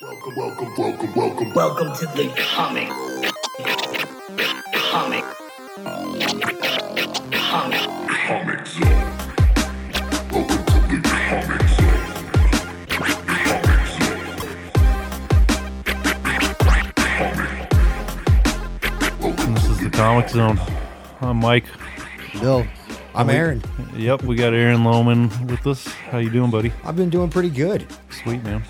Welcome, welcome, welcome, welcome, welcome to the comic, comic, comic, comic zone. Welcome to the comic zone, comic zone, comic. Welcome This to is the the Comic Zone. I'm Mike. Bill, I'm Aaron. Yep, we got Aaron Lohman with us. How you doing, buddy? I've been doing pretty good. Sweet man.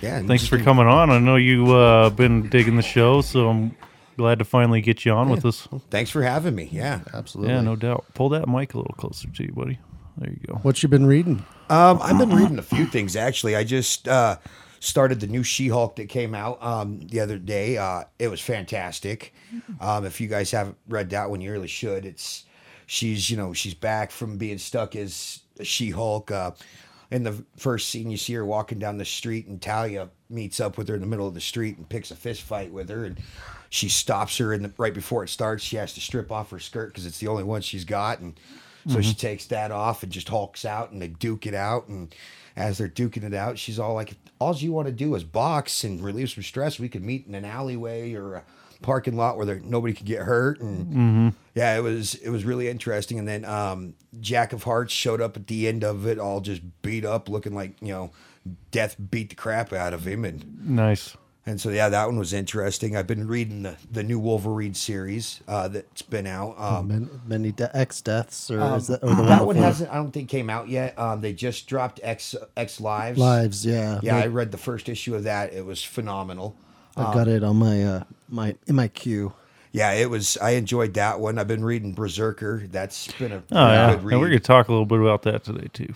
Yeah. Thanks for coming on. I know you uh, been digging the show, so I'm glad to finally get you on with us. Thanks for having me. Yeah. Absolutely. Yeah, no doubt. Pull that mic a little closer to you, buddy. There you go. What you been reading? Um, I've been Uh-huh. reading a few things actually. I just uh, started the new She-Hulk that came out um, the other day. Uh, it was fantastic. Um, if you guys haven't read that one, you really should. It's she's you know she's back from being stuck as She-Hulk. Uh, in the first scene, you see her walking down the street, and Talia meets up with her in the middle of the street and picks a fist fight with her, and she stops her. And right before it starts, she has to strip off her skirt because it's the only one she's got, and so she takes that off and just hulks out and they duke it out. And as they're duking it out, she's all like, all you want to do is box and relieve some stress. We could meet in an alleyway or a parking lot where there, nobody could get hurt. And yeah, it was, it was really interesting. And then, um, Jack of Hearts showed up at the end of it all just beat up looking like, you know, death beat the crap out of him. And Nice. and so yeah, that one was interesting. I've been reading the, the new Wolverine series uh, that's been out. Um, Many, many de- X deaths, or is that, or the one that one before? hasn't, I don't think, came out yet. Um, they just dropped X X Lives. lives? Yeah, Yeah, I Like, read the first issue of that. It was phenomenal. I, got it on my uh, my in my queue. Yeah, it was. I enjoyed that one. I've been reading Berserker. That's been a Oh yeah. good And we're read. gonna talk a little bit about that today too.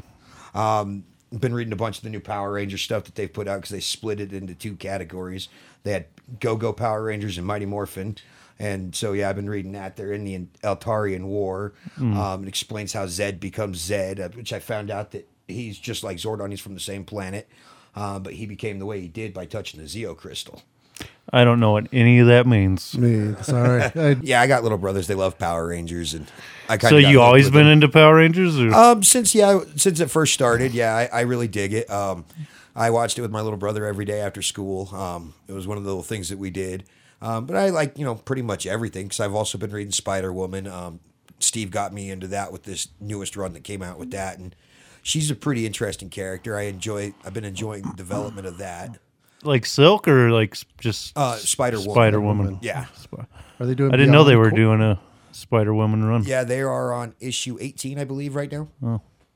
been reading a bunch of the new Power Ranger stuff that they've put out because they split it into two categories. They had Go Go Power Rangers and Mighty Morphin. And so, yeah, I've been reading that. They're in the Altarian War. Hmm. Um, it explains how Zed becomes Zed, uh, which I found out that he's just like Zordon. He's from the same planet, uh, but he became the way he did by touching the Zeo crystal. I don't know what any of that means. Me, sorry. I, Yeah, I got little brothers. They love Power Rangers, and I kind So of you always been into Power Rangers, or Um, since yeah, since it first started, yeah, I, I really dig it. Um, I watched it with my little brother every day after school. Um, it was one of the little things that we did. Um, but I like you know pretty much everything because I've also been reading Spider Woman. Um, Steve got me into that with this newest run that came out with that, and she's a pretty interesting character. I enjoy. I've been enjoying the development of that. like Silk, or like s- just Uh, Spider-Woman. Spider Woman. Yeah, are they doing? I didn't know they Beyond were Cor- doing a Spider Woman run. yeah, they are on issue eighteen, I believe, right now.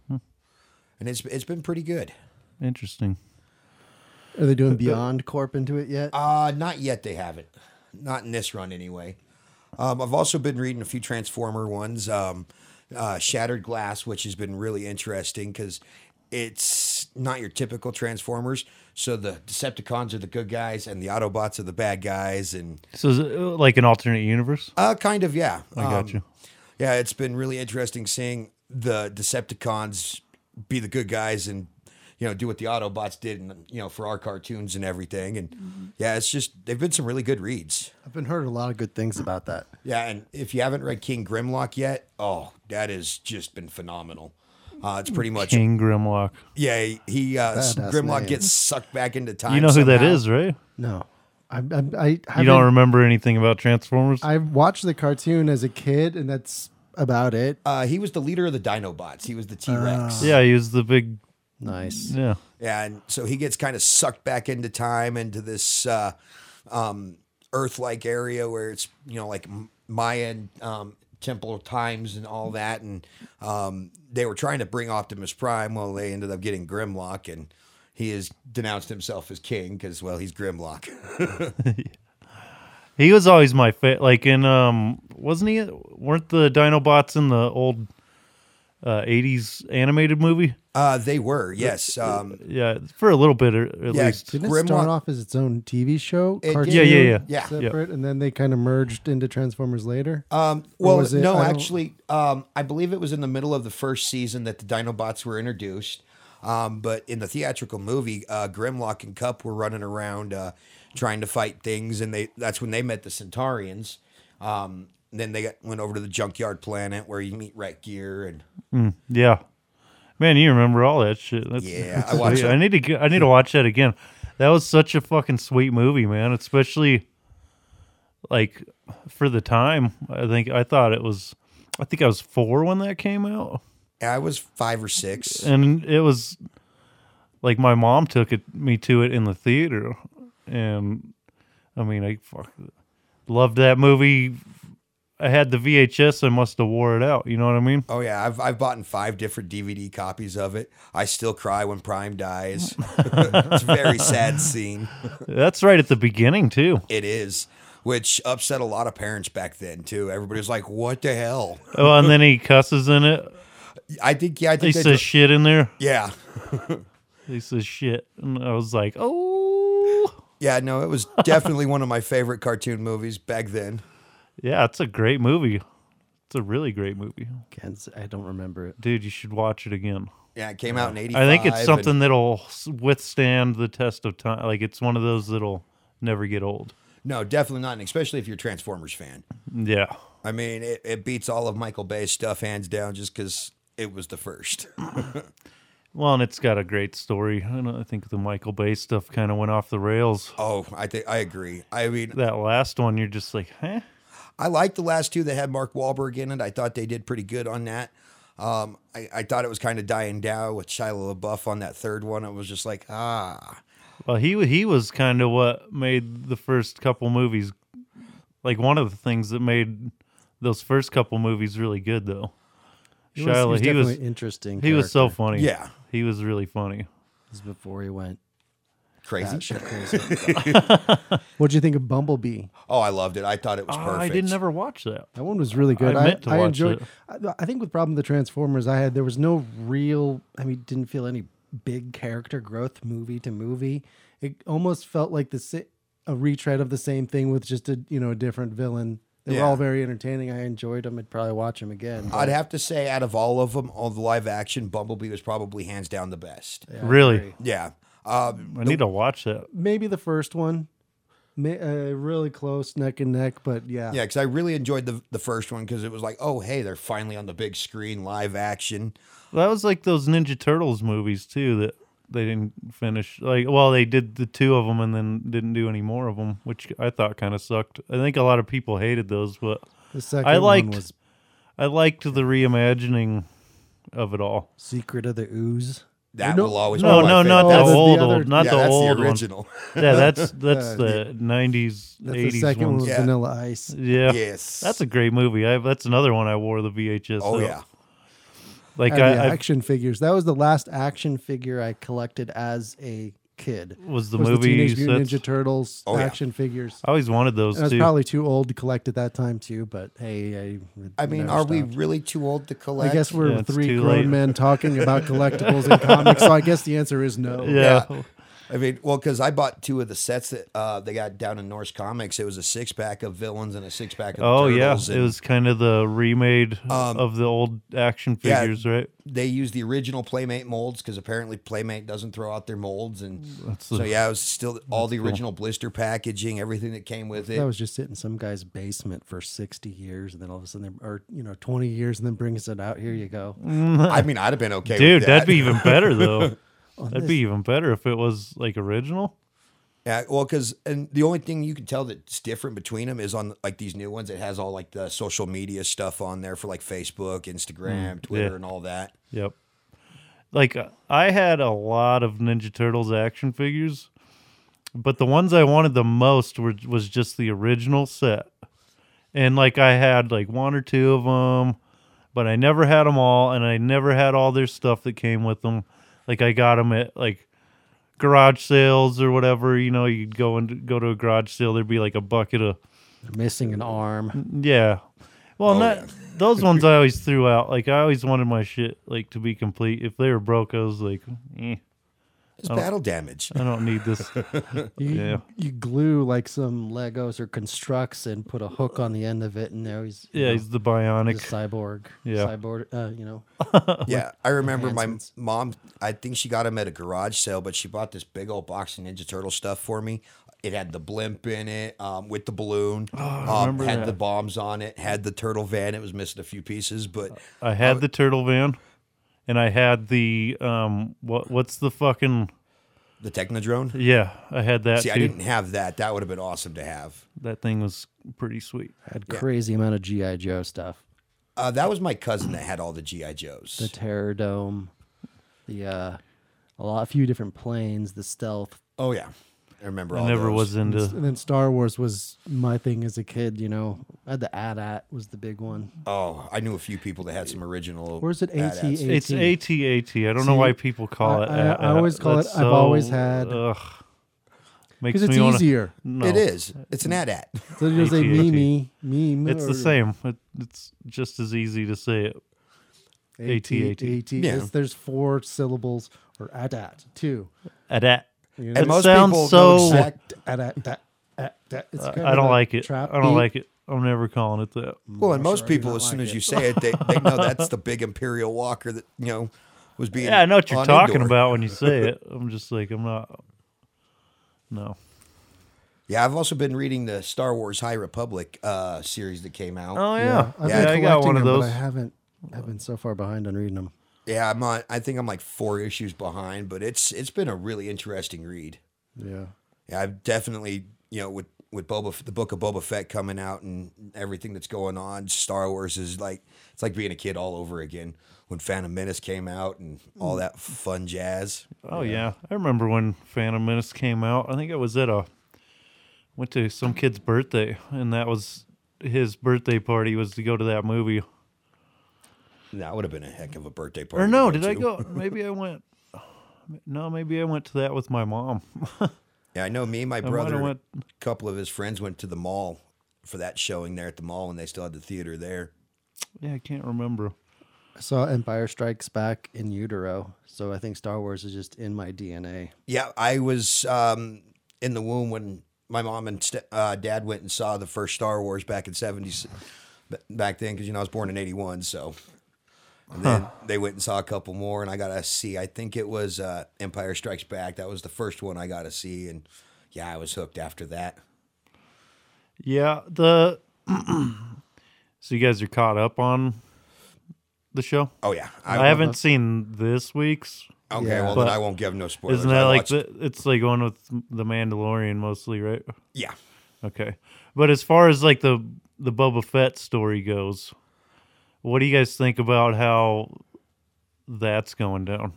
And it's it's been pretty good. Interesting. Are they doing Beyond Corp into it yet? Uh, not yet. They haven't. Not in this run, anyway. Um, I've also been reading a few Transformer ones. Um, uh, Shattered Glass, which has been really interesting because it's not your typical Transformers. So the Decepticons are the good guys, and the Autobots are the bad guys, and So is it uh, like an alternate universe? uh, kind of yeah. Um, I got you. Yeah, it's been really interesting seeing the Decepticons be the good guys and you know do what the Autobots did, and you know for our cartoons and everything. And yeah, it's just they've been some really good reads. I've been heard a lot of good things about that. Yeah, and if you haven't read King Grimlock yet, oh, that has just been phenomenal. Uh, it's pretty much King Grimlock. yeah. He uh, Badass Grimlock name. gets sucked back into time. You know who that somehow. is, right? No, I I, I You haven't- don't remember anything about Transformers? I watched the cartoon as a kid, and that's about it. Uh, he was the leader of the Dinobots. He was the T Ah. Rex. yeah, he was the big. Nice. Yeah. Yeah, and so he gets kind of sucked back into time into this uh, um, Earth-like area where it's you know like M- Mayan um, temple times and all that, and um, they were trying to bring Optimus Prime. Well, they ended up getting Grimlock, and he has denounced himself as king because well, he's Grimlock. He was always my favorite. Like in um, wasn't he? Weren't the Dinobots in the old uh, '80s animated movie? uh, they were yes, um, Yeah, for a little bit or, at yeah, least. Didn't it start Grimlock. off as its own TV show? It did. cartoon, Yeah, yeah, yeah. Yeah. Separate, and then they kind of merged into Transformers later. Um, well, was it- no, I don't- actually, um, I believe it was in the middle of the first season that the Dinobots were introduced. Um, but in the theatrical movie, uh, Grimlock and Cup were running around uh, trying to fight things, and they—that's when they met the Centaurians. Um, then they got, went over to the Junkyard Planet where you meet Gear and Yeah. Man, you remember all that shit. That's, Yeah, that's I watched sweet. that. I need to. g- I need to watch that again. That was such a fucking sweet movie, man. Especially like for the time. I think I thought it was. I think I was four when that came out, I was five or six. and it was like my mom took it, me to it in the theater, and I mean, I fuck, loved that movie. I had the VHS. I must have wore it out. You know what I mean? Oh yeah, I've I've bought five different DVD copies of it. I still cry when Prime dies. it's a very sad scene. That's right at the beginning too. It is, which upset a lot of parents back then too. Everybody was like, "What the hell?" Oh, and then he cusses in it. I think yeah, He I think they says shit in there. yeah, He says shit, and I was like, oh, yeah. No, it was definitely one of my favorite cartoon movies back then. yeah, it's a great movie. It's a really great movie, Can't- I don't remember it. dude. You should watch it again. Yeah, it came out in '85. I think it's and- something that'll s- withstand the test of time. Like it's one of those that'll never get old. no, definitely not, and especially if you're a Transformers fan. Yeah, I mean, it, it beats all of Michael Bay's stuff hands down, just because it was the first. well, and it's got a great story. I, don't, I think the Michael Bay stuff kind of went off the rails. Oh, I think I agree. I mean, That last one, you're just like, huh? I liked the last two that had Mark Wahlberg in it. I thought they did pretty good on that. Um, I, I thought it was kind of dying down with Shia LaBeouf on that third one. It was just like, ah, Well, he wa- he was kind of what made the first couple movies, like one of the things that made those first couple movies really good, though. He was, Shia, he he was was definitely interesting. he was so character. funny. Yeah. he was really funny. This is before he went crazy. batshit crazy. What'd you think of Bumblebee? Oh, I loved it. I thought it was Ah, perfect. I didn't ever watch that. That one was really good. I meant to watch enjoyed. it. I, I think with problem with the Transformers, I had there was no real. I mean, didn't feel any big character growth movie to movie. It almost felt like the sa- a retread of the same thing with just a you know a different villain. They Yeah. were all very entertaining. I enjoyed them. I'd probably watch them again. but I'd have to say, out of all of them, all the live action, Bumblebee was probably hands down the best. yeah, I Really, agree. Yeah. Um, I need to watch that. Maybe the first one, May, uh, really close neck and neck. But yeah, yeah, because I really enjoyed the, the first one because it was like, oh, hey, they're finally on the big screen, live action. That was like those Ninja Turtles movies too that they didn't finish. Like, well, they did the two of them and then didn't do any more of them, which I thought kind of sucked. I think a lot of people hated those, but the second I liked one was I liked the reimagining of it all. Secret of the Ooze. That No- will always No, be my no, not favorite. the That's the old, other- old, not yeah, the that's old the one. original. Yeah, that's that's the '90s, That's the '80s second one ones. was Yeah. Vanilla Ice. Yeah, Yes. that's a great movie. I, that's another one I wore the VHS. Oh, out. yeah. like and the I, I Oh, action figures. That was the last action figure I collected as a kid. was the was movie. Teenage Mutant Ninja sets. Turtles Oh, yeah. action figures. I always wanted those And I was too. probably too old to collect at that time too. But hey, I, I mean, never are we stopped. really too old to collect? I guess we're Yeah, it's three too grown late. men talking about collectibles and comics, so I guess the answer is no. yeah. Yeah. I mean, well, because I bought two of the sets that uh, they got down in Norse Comics. It was a six pack of villains and a six pack of Oh yeah, turtles, it and Um, was kind of the remade of the old action yeah. figures, right? They used the original Playmate molds because apparently Playmate doesn't throw out their molds, and so the- yeah, it was still all the original blister packaging, everything that came with it. That was just sitting in some guy's basement for sixty years, and then all of a sudden, they're, or you know, twenty years, and then brings it out. Here you go. Mm. I mean, I'd have been okay, Dude, With that. that'd be even better though. that'd this- be even better if it was like original. yeah. Well, because and the only thing you can tell that's different between them is on like these new ones. It has all like the social media stuff on there for like Facebook, Mm, Instagram, Twitter, and all that. Yep. Like uh, I had a lot of Ninja Turtles action figures, but the ones I wanted the most were was just the original set. And like I had like one or two of them, but I never had them all and I never had all their stuff that came with them. Like I got them at like garage sales or whatever, you know, you'd go and go to a garage sale, there'd be like a bucket of They're missing an arm. yeah. Well, Oh, not yeah. those ones I always threw out. Like I always wanted my shit like to be complete. If they were broke, I was like, eh, It's battle damage. I don't need this. You, Yeah. you glue like some Legos or constructs and put a hook on the end of it, and now he's you yeah, know, he's the the bionic. cyborg. Yeah. cyborg. Uh, you know, Yeah, I remember my Hansons. mom. I think she got them at a garage sale, but she bought this big old box of Ninja Turtle stuff for me. It had the blimp in it, um, with the balloon. um, remember had that. the bombs on it. Had the turtle van. It was missing a few pieces, but I had the turtle van, and I had the um what what's the fucking The Technodrone. yeah I had that See, I too. didn't have that. That would have been awesome to have. That thing was pretty sweet. Had crazy amount of GI Joe stuff. Uh, that was my cousin that had all the GI The Joes. Terror Dome, the uh, a lot, a few different planes, the stealth. Oh yeah, I remember. Oh, I all never those. was into And then Star Wars was my thing as a kid. You know, I had the AT-AT was the big one. Oh, I knew a few people that had some original. Where's it AT-ATs. AT-AT? it's ATAT. I don't know See, why people call I- it. I- at- I always at- call it- that's I've always had- Ugh, makes Because it's me wanna, easier. No, It is. It's an ad at. So you say AT-AT. me, me, meme. It's or the same. It, it's just as easy to say it. AT-AT. AT-AT. Yeah. It's- There's four syllables or AT-AT, two. Adat. You know? And It most sounds people so- know exact. uh, AT-AT, that, at, that. It's kind I of don't a like it. I trap don't beat. like it. I'm never calling it that. Well, and most I do people, not as soon like as it. you say it, they, they know that's the big Imperial Walker that you know was being. Yeah, I know what you're on talking indoor. about when you say it. I'm just like I'm not. No. Yeah, I've also been reading the Star Wars High Republic uh, series that came out. Oh yeah, Yeah, yeah. I've Yeah, I been got collecting one of them, but those. I haven't. I've been so far behind on reading them. Yeah, I'm on. I think I'm like four issues behind, but it's it's been a really interesting read. Yeah. Yeah, I've definitely you know with with Boba F- the book of Boba Fett coming out and everything that's going on, Star Wars is like it's like being a kid all over again. When Phantom Menace came out and Hmm. all that fun jazz. Oh yeah. I remember when Phantom Menace came out. I think I was at a went to some kid's birthday, and that was his birthday party was to go to that movie. That would have been a heck of a birthday party. Or to no, did I to. go? Maybe I went. No, maybe I went to that with my mom. Yeah, I know. Me and my might brother, have and went- a couple of his friends went to the mall for that showing there at the mall, and they still had the theater there. Yeah, I can't remember. I saw Empire Strikes Back in utero, so I think Star Wars is just in my DNA. Yeah, I was um, in the womb when my mom and st- uh, dad went and saw the first Star Wars back in seventies, back then because you know I was born in eighty one, so. And then they went and saw a couple more, and I got to see. I think it was uh, Empire Strikes Back. That was the first one I got to see, and yeah, I was hooked after that. Yeah, the. so you guys are caught up on the show. Oh yeah, I, haven't seen this week's. Okay, Yeah. well But then I won't give no spoilers. Isn't that I like watched- the, it's like one with the Mandalorian mostly, right? yeah? Okay, but as far as like the the Boba Fett story goes, what do you guys think about how that's going down?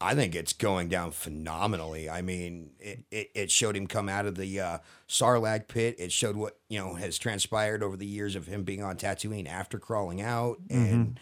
I think it's going down phenomenally. I mean, it, it, it showed him come out of the uh, Sarlacc pit. It showed what you know has transpired over the years of him being on Tatooine after crawling out, and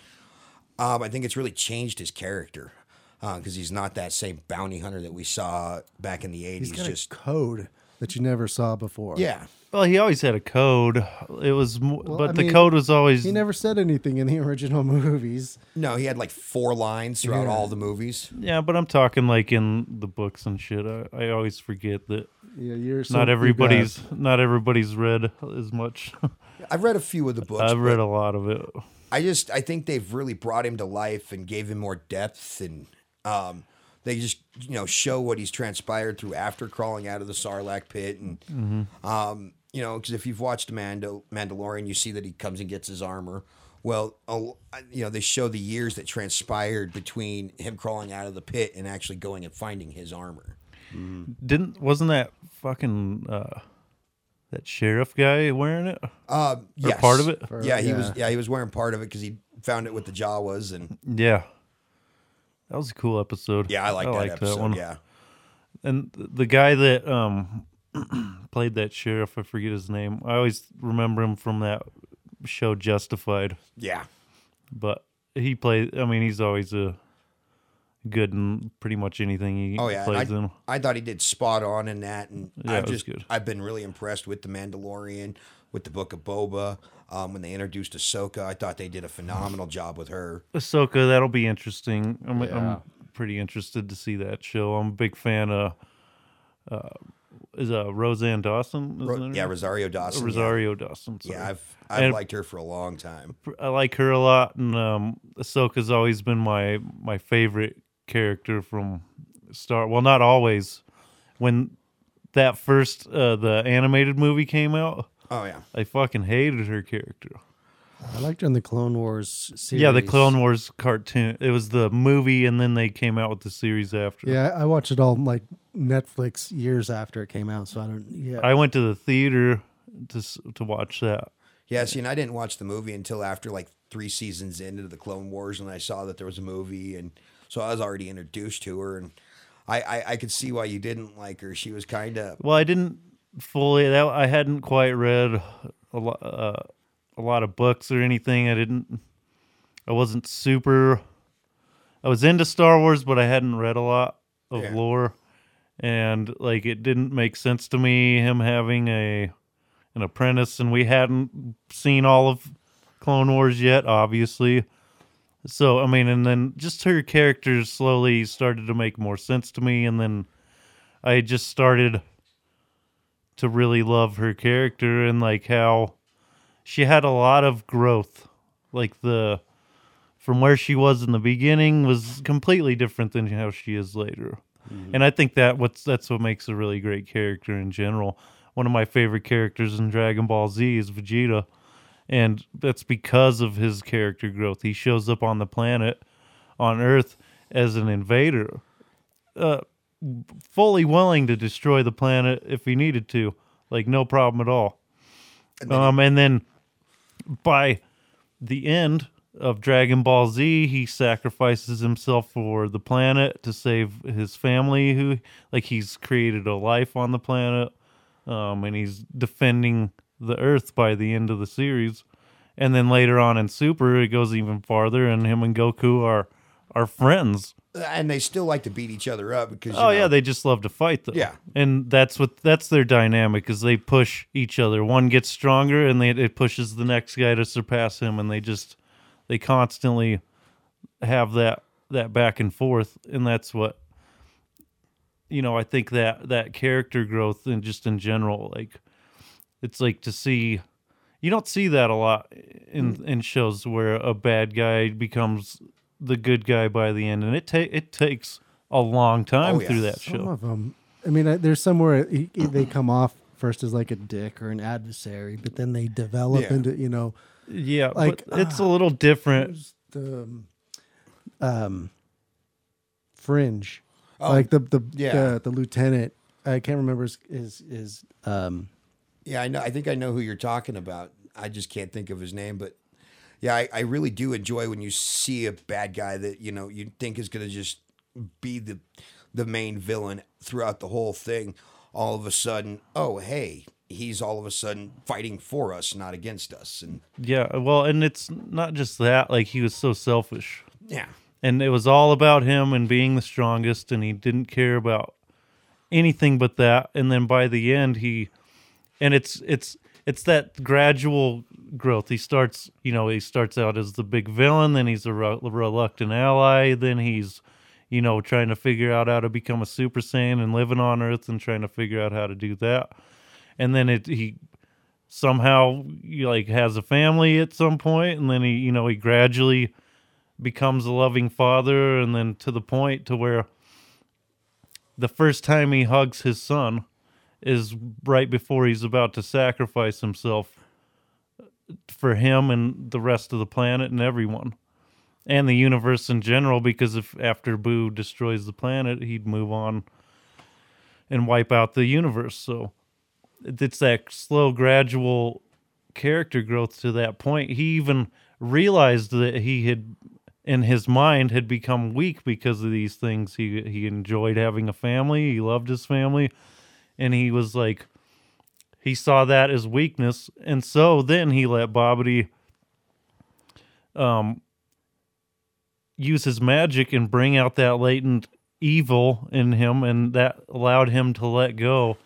um, I think it's really changed his character because he's not that same bounty hunter that we saw back in the He's eighties. got Just a code that you never saw before. yeah, Well, he always had a code. It was, mo but I the mean, code was always He never said anything in the original movies. no, he had like four lines throughout all the movies. yeah. But I'm talking like in the books and shit. I, I always forget that Yeah, you're so not big everybody's up. not everybody's read as much. I've read a few of the books. I've but- read a lot of it. I just I think they've really brought him to life and gave him more depth and um they just you know show what he's transpired through after crawling out of the Sarlacc pit and Mm-hmm. um you know because if you've watched Mando Mandalorian you see that he comes and gets his armor well a l- I- you know they show the years that transpired between him crawling out of the pit and actually going and finding his armor Didn't wasn't that fucking uh, that sheriff guy wearing it? um yes. part of it? yeah he was yeah he was wearing part of it because he found it with the Jawas and Yeah, that was a cool episode. yeah I like that liked episode one. yeah and th- the guy that um played that sheriff, I forget his name. I always remember him from that show Justified, yeah but he played. I mean, he's always a good in pretty much anything he Oh yeah, and plays in. I, I thought he did spot on in that, and Yeah, I've it was just good. I've been really impressed with the Mandalorian, with the Book of Boba. Um, when they introduced Ahsoka, I thought they did a phenomenal job with her. Ahsoka, that'll be interesting. I'm, Yeah. I'm pretty interested to see that show. I'm a big fan of uh, is uh, Roseanne Dawson. is Ro- that her yeah, name? Rosario Dawson. Rosario Dawson. Yeah, sorry. yeah I've I've And- liked her for a long time. I like her a lot, and um, Ahsoka's always been my my favorite character from Star. Well, not always. When that first uh, the animated movie came out, Oh yeah, I fucking hated her character. I liked her in the Clone Wars series. Yeah, the Clone Wars cartoon. It was the movie, and then they came out with the series after. Yeah, I I watched it all like Netflix years after it came out, so I don't. Yeah, I went to the theater to s- to watch that. Yeah, see, and I didn't watch the movie until after like three seasons into the Clone Wars, and I saw that there was a movie, and so I was already introduced to her, and I I, I could see why you didn't like her. She was kind of Well, I didn't fully. That I hadn't quite read a lot, uh, a lot of books or anything. I didn't. I wasn't super. I was into Star Wars, but I hadn't read a lot of Yeah. lore, and like it didn't make sense to me him having a an apprentice, and we hadn't seen all of Clone Wars yet, obviously. So I mean, and then just her characters slowly started to make more sense to me, and then I just started to really love her character and like how she had a lot of growth like the from where she was in the beginning was completely different than how she is later and i think that what's that's what makes a really great character in general one of my favorite characters in dragon ball z is vegeta and that's because of his character growth he shows up on the planet on earth as an invader fully willing to destroy the planet if he needed to, like no problem at all. um, and then by the end of Dragon Ball Z, he sacrifices himself for the planet to save his family. Who like he's created a life on the planet, um, and he's defending the Earth by the end of the series. And then later on in Super, it goes even farther, and him and Goku are are friends. and they still like to beat each other up because you Oh know, yeah, they just love to fight though. Yeah. and that's what that's their dynamic is they push each other. One gets stronger, and they, it pushes the next guy to surpass him, and they just they constantly have that that back and forth, and that's what you know. I think that that character growth and just in general, like it's like to see you don't see that a lot Mm. in in shows where a bad guy becomes the good guy by the end, and it ta- it takes a long time Oh, yeah. through that some show. of them. I mean, I, there's somewhere he, he- they come off first as like a dick or an adversary, but then they develop Yeah. into you know Yeah, Like, but it's a little different. the um, um, fringe, Oh, like the the, yeah. the the lieutenant. I can't remember his his, his um, yeah I know I think I know who you're talking about. I just can't think of his name, but yeah, I, I really do enjoy when you see a bad guy that you know you think is gonna just be the the main villain throughout the whole thing. All of a sudden, oh hey, he's all of a sudden fighting for us, not against us, and Yeah, well, and it's not just that. Like he was so selfish. yeah. and it was all about him and being the strongest and he didn't care about anything but that and then by the end he and it's it's it's that gradual growth he starts you know he starts out as the big villain then he's a re- reluctant ally then he's you know trying to figure out how to become a super saiyan and living on earth and trying to figure out how to do that and then it he somehow you know, like has a family at some point and then he you know he gradually becomes a loving father and then to the point to where the first time he hugs his son is right before he's about to sacrifice himself for him and the rest of the planet and everyone and the universe in general because if after boo destroys the planet he'd move on and wipe out the universe so it's that slow gradual character growth to that point he even realized that he had in his mind had become weak because of these things he he enjoyed having a family he loved his family and he was like he saw that as weakness and so then he let bobbity um use his magic and bring out that latent evil in him and that allowed him to let go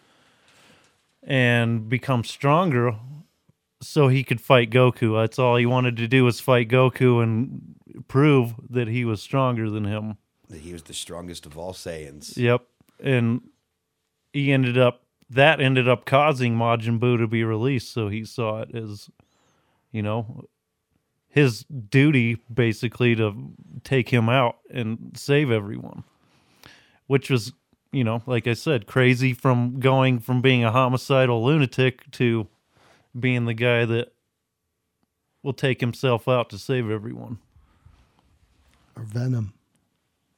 and become stronger so he could fight Goku. That's all he wanted to do was fight Goku and prove that he was stronger than him. that he was the strongest of all Saiyans. Yep. And he ended up that ended up causing Majin Buu to be released, so he saw it as you know his duty basically to take him out and save everyone. Which was, you know, like I said, crazy from going from being a homicidal lunatic to being the guy that will take himself out to save everyone. or Venom.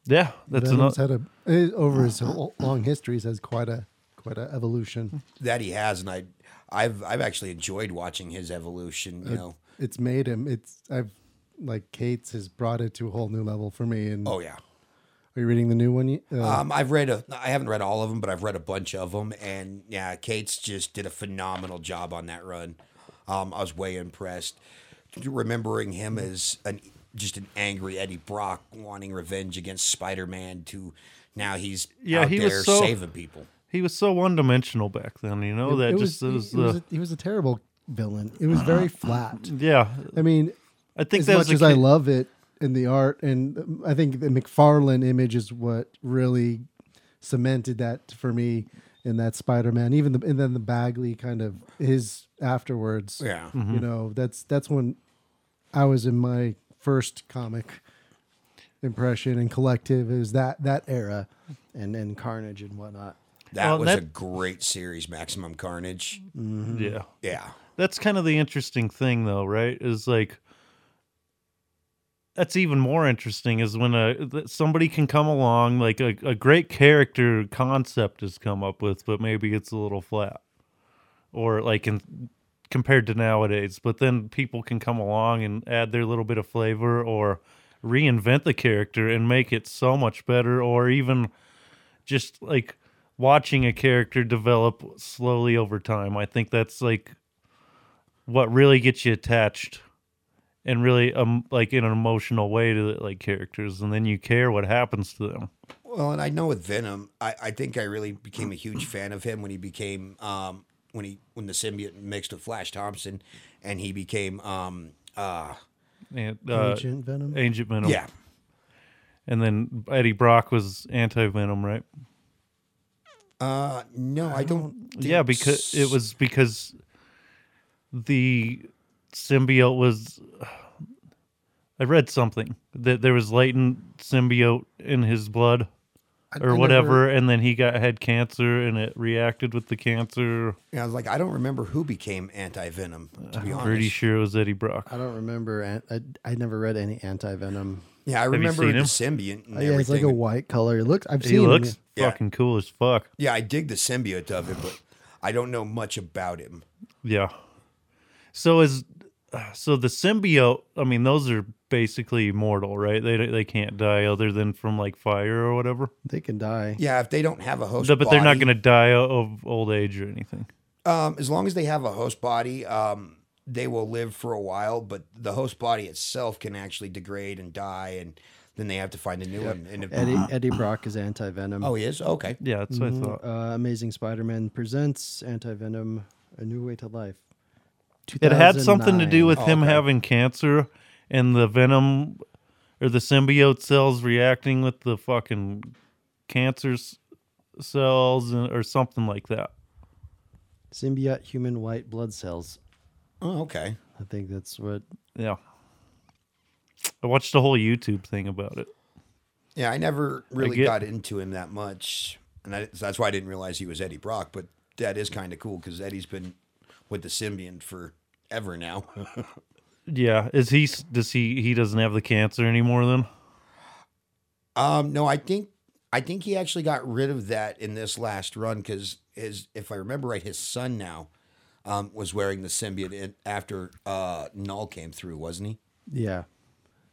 Yeah, that's Venom's another. had a eh, over his whole- long histories has quite a quite a evolution. that he has, and I, I've I've actually enjoyed watching his evolution. You know, It's made him. It's I've like Kate's has brought it to a whole new level for me. And oh yeah. are you reading the new one? ye- Uh, Um, I've read a, I haven't read all of them, but I've read a bunch of them, and yeah, Kate's just did a phenomenal job on that run. Um, I was way impressed. Remembering him Mm-hmm. as an just an angry Eddie Brock wanting revenge against Spider-Man, to now he's Yeah, out he was there so- saving people. He was so one dimensional back then, you know. Oh, that it just uh, was, was, he, he was the a, he was a terrible villain. It was very flat. yeah. I mean, I think as that was much the as I ca- love it in the art, and um, I think the McFarlane image is what really cemented that for me in that Spider-Man. Even the and then the Bagley kind of his afterwards. Yeah. Mm-hmm. you know that's that's when I was in my first comic impression and collective is that that era and and Carnage and whatnot. That Well, was that- a great series, Maximum Carnage. Mm-hmm. yeah. Yeah, that's kind of the interesting thing though right is like that's even more interesting is when a that somebody can come along like a, a great character concept is come up with but maybe it's a little flat or like in compared to nowadays but then people can come along and add their little bit of flavor or reinvent the character and make it so much better or even just like watching a character develop slowly over time i think that's like what really gets you attached and really um like in an emotional way to like characters and then you care what happens to them Well, and I know with Venom, I, I think I really became a huge fan of him when he became um, when he when the symbiote mixed with Flash Thompson, and he became um, uh, and uh, Agent Venom. Agent venom yeah, and then eddie brock was anti-venom right uh, no, I don't. think yeah because it was because the symbiote was i read something that there was latent symbiote in his blood I- I or never- whatever and then he got had cancer and it reacted with the cancer I was like, I don't remember who became anti Venom. To be i'm honest, pretty sure it was eddie brock I don't remember. an- I, I never read any anti venom. yeah, I remember seen the him? symbiote. And Oh, yeah, it's like a everything. white color. It looks. I've He seen. him, looks yeah. Yeah. fucking cool as fuck. yeah, I dig the symbiote of it, but I don't know much about him. Yeah. So is so the symbiote. I mean, those are basically immortal, right? They they can't die other than from like fire or whatever. They can die. Yeah, if they don't have a host, So- but they're not body- going to die o- of old age or anything. Um, as long as they have a host body, um, they will live for a while, but the host body itself can actually degrade and die, and then they have to find a new one. And if, Eddie Eddie Brock is anti venom. oh, he is okay. Yeah, that's what I thought. Uh, Amazing Spider-Man presents Anti Venom: A New Way to Life. It had something to do 2009. with him okay. having cancer and the venom or the symbiote cells reacting with the fucking cancer s- cells and, or something like that. symbiote human white blood cells. Oh, okay. I think that's what. Yeah. I watched a whole YouTube thing about it. Yeah, I never really get- got into him that much, and I, so that's why I didn't realize he was Eddie Brock. But that is kind of cool because Eddie's been with the symbiont forever now. Yeah, is he s- does he he doesn't have the cancer anymore then? Um, no, I think I think he actually got rid of that in this last run because his, if I remember right, his son now um, was wearing the symbiote in, after uh, Null came through, wasn't he? Yeah,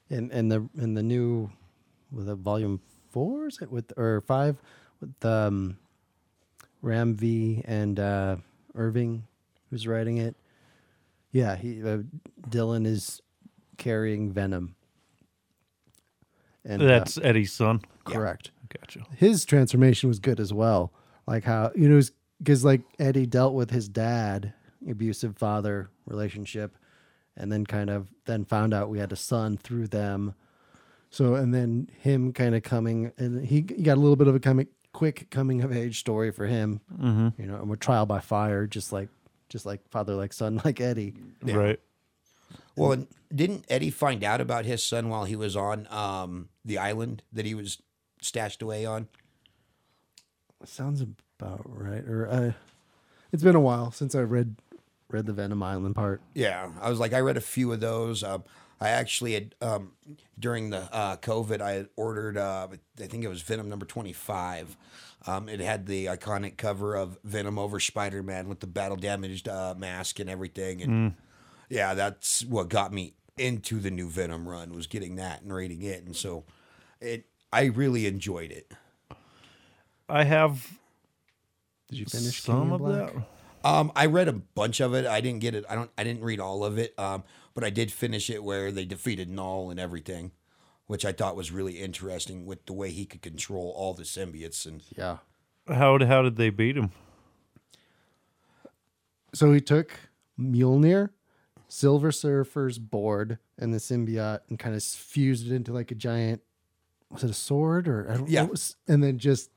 and and the and the new, with the volume four is it with or five, with um, Ram V and uh, Irving, who's writing it. Yeah, he uh, Dylan is carrying Venom. And uh, That's Eddie's son. correct. Gotcha. his transformation was good as well. Like how you know because like Eddie dealt with his dad, abusive father relationship, and then kind of then found out we had a son through them. So and then him kind of coming and he he got a little bit of a coming quick coming of age story for him. Mm-hmm. You know, and we're trial by fire, just like just like father like son like Eddie. Right. Well, and didn't Eddie find out about his son while he was on um, the island that he was stashed away on? sounds about right. Or uh, it's been a while since I read Read the Venom Island part. Yeah, I was like, I read a few of those. Um, I actually had um, during the uh, COVID, I had ordered. Uh, I think it was Venom number twenty-five. Um, it had the iconic cover of Venom over Spider-Man with the battle-damaged uh, mask and everything. And yeah, that's what got me into the new Venom run was getting that and reading it. And so, it I really enjoyed it. I have Did you finish King some in of Black? that. Um, I read a bunch of it. I didn't get it. I don't. I didn't read all of it. Um, but I did finish it where they defeated Null and everything, which I thought was really interesting with the way he could control all the symbiotes and Yeah. How how did they beat him? So he took Mjolnir, Silver Surfer's board, and the symbiote, and kind of fused it into like a giant. Was it a sword or I don't Yeah. know? and then just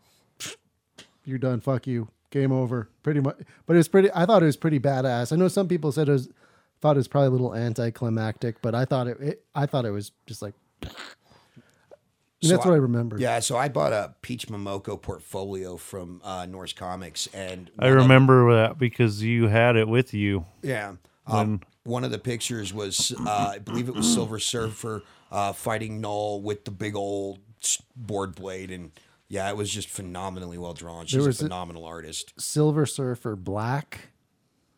you're done. Fuck you. Game over. Pretty much. But it was pretty. I thought it was pretty badass. I know some people said it was thought it was probably a little anticlimactic, but I thought it. it I thought it was just like. And So that's what I remember. yeah. So I bought a Peach Momoko portfolio from uh, Norse Comics, and I remember that because you had it with you. Yeah. Um, one of the pictures was, uh, I believe it was Silver Surfer uh, fighting Null with the big old s- board blade, and yeah, it was just phenomenally well drawn. She's a was a- phenomenal artist. Silver Surfer Black,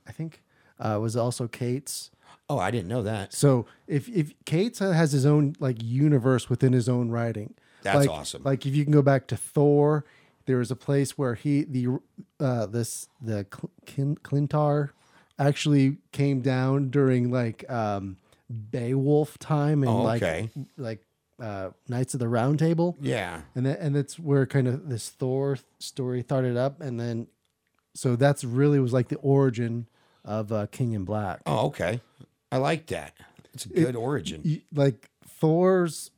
I think, uh, was also Kate's. Oh, I didn't know that. So if if Cates has his own like universe within his own writing, That's Like- awesome. Like if you can go back to Thor, there was a place where he the uh this the Cl- Kin- Clintar actually came down during like um Beowulf time and Oh, like okay. like uh Knights of the Round Table. yeah. And that, and that's where kind of this Thor story started up and then so that's really was like the origin of uh, King in Black. Oh, okay. I like that. It's a good origin. you- like Thor's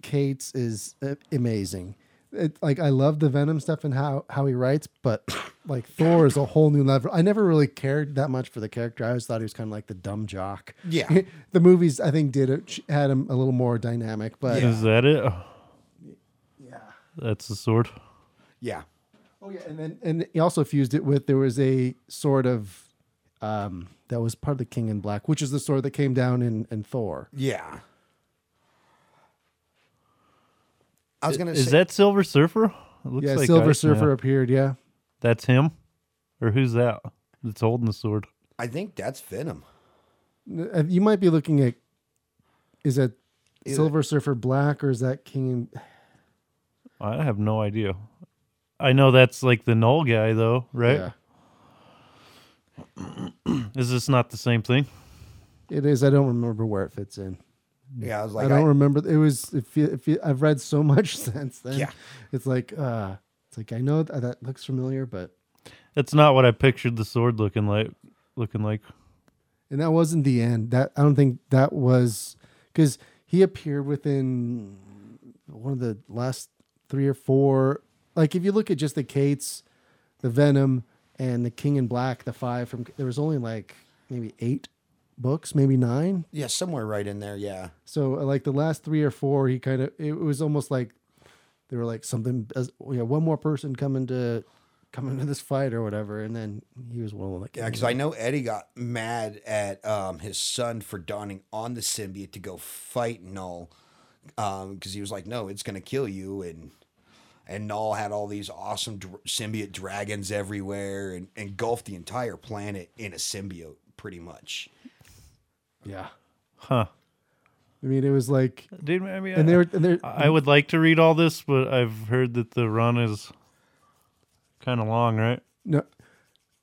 Kate's is uh, amazing. It, like I love the Venom stuff and how how he writes, but like Thor is a whole new level. I never really cared that much for the character. I always thought he was kind of like the dumb jock. Yeah. the movies I think did it had him a little more dynamic, but Is that it? Yeah. That's the sword. Yeah. oh yeah, and then and he also fused it with there was a sort of um that was part of the King in Black, which is the sword that came down in in Thor. Yeah. I was gonna Is say that Silver Surfer? It looks Yeah, Silver Iceman. Surfer appeared. Yeah, That's him, or who's that? That's holding the sword. I think that's Venom. Uh, You might be looking at is that Silver Surfer Black or is that King? I have no idea. I know that's like the null guy though, right? Yeah, Is this not the same thing? it is. I don't remember where it fits in. Yeah, I was like, I I don't remember. It was. If you, if you, I've read so much since then, Yeah. it's like uh, it's like I know that, that looks familiar, but That's not what I pictured the sword looking like. Looking like and that wasn't the end. That I don't think that was because he appeared within one of the last three or four. Like if you look at just the Kates, the Venom, and the King in Black, the five from there was only like maybe eight books, maybe nine. yeah, somewhere right in there. Yeah. So uh, like the last three or four, he kind of it was almost like they were like something. as- You know, one more person coming to coming to this fight or whatever, and then he was one of like Yeah, because I know Eddie got mad at um, his son for donning on the symbiote to go fight Null, because he was like, "No, it's gonna kill you." And and Null had all these awesome dr- symbiote dragons everywhere and engulfed the entire planet in a symbiote, pretty much. yeah. Huh. I mean, it was like dude. I mean, and they were and they I would like to read all this, but I've heard that the run is kind of long, right? No,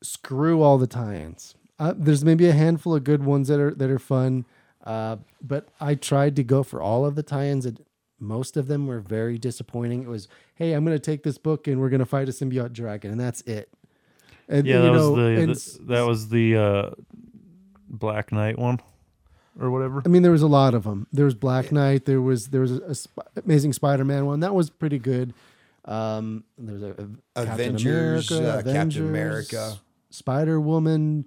screw all the tie-ins. Uh, there's maybe a handful of good ones that are that are fun, uh, but I tried to go for all of the tie-ins, and most of them were very disappointing. It was, hey, I'm going to take this book and we're going to fight a symbiote dragon, and that's it. And, Yeah, you that know, and was s- the, the that was the uh, Black Knight one, or whatever. I mean, there was a lot of them. There was Black Knight. There was there was a, Sp- Amazing Spider-Man one that was pretty good. Um, there was a, a Avengers, uh, Captain America. Spider Woman,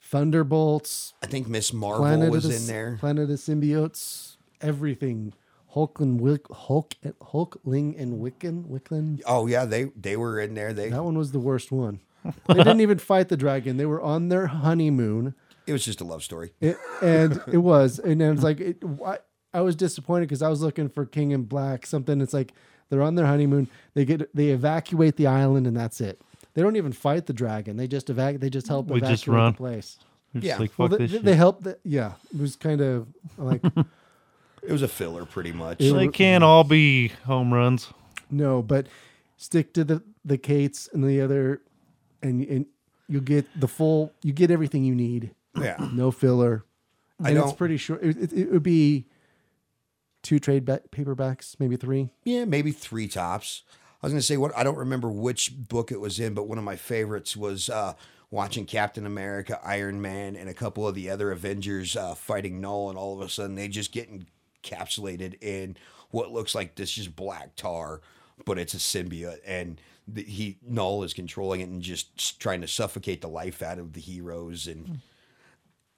Thunderbolts, I think Miss Marvel Planet was of the, in there. Planet of Symbiotes, everything. Hulk and Wick, Hulk, Hulkling and Wiccan, Wicklin. Oh yeah, they they were in there. They That one was the worst one. They didn't even fight the dragon. They were on their honeymoon, it was just a love story. It- and it was, and then it's like it, why- I was disappointed because I was looking for King and Black something. It's like they're on their honeymoon. They get they evacuate the island, and that's it. They don't even fight the dragon. They just evac. They just help We evacuate just run. the place. You're just Yeah. like, Well, fuck they, this they, shit. helped. The, yeah, it was kind of like It was a filler, pretty much. they can't all be home runs. No, but stick to the the Kates and the other, and and you get the full. You get everything you need. Yeah. No filler. I and it's don't- pretty short. It, it, it would be two trade ba- paperbacks, maybe three. Yeah, maybe three tops. I was gonna say what I don't remember which book it was in, but one of my favorites was uh, watching Captain America, Iron Man, and a couple of the other Avengers uh, fighting Null, and all of a sudden they just get encapsulated in what looks like this just black tar, but it's a symbiote, and the, he Null is controlling it and just s- trying to suffocate the life out of the heroes, and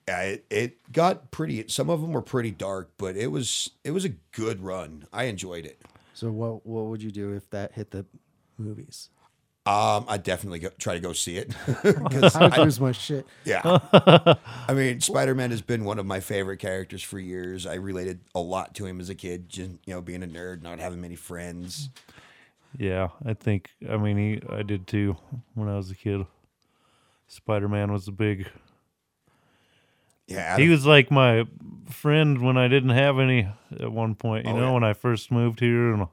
yeah, it, it got pretty. Some of them were pretty dark, but it was it was a good run. I enjoyed it. So what what would you do if that hit the movies? Um, I definitely go, try to go see it. 'Cause I would I- lose my shit. yeah, I mean, Spider Man has been one of my favorite characters for years. I related a lot to him as a kid, just, you know, being a nerd, not having many friends. Yeah, I think. I mean, he, I did too when I was a kid. Spider Man was a big. Yeah, He Adam- was like my friend when I didn't have any at one point. You Oh, know, yeah. when I first moved here, and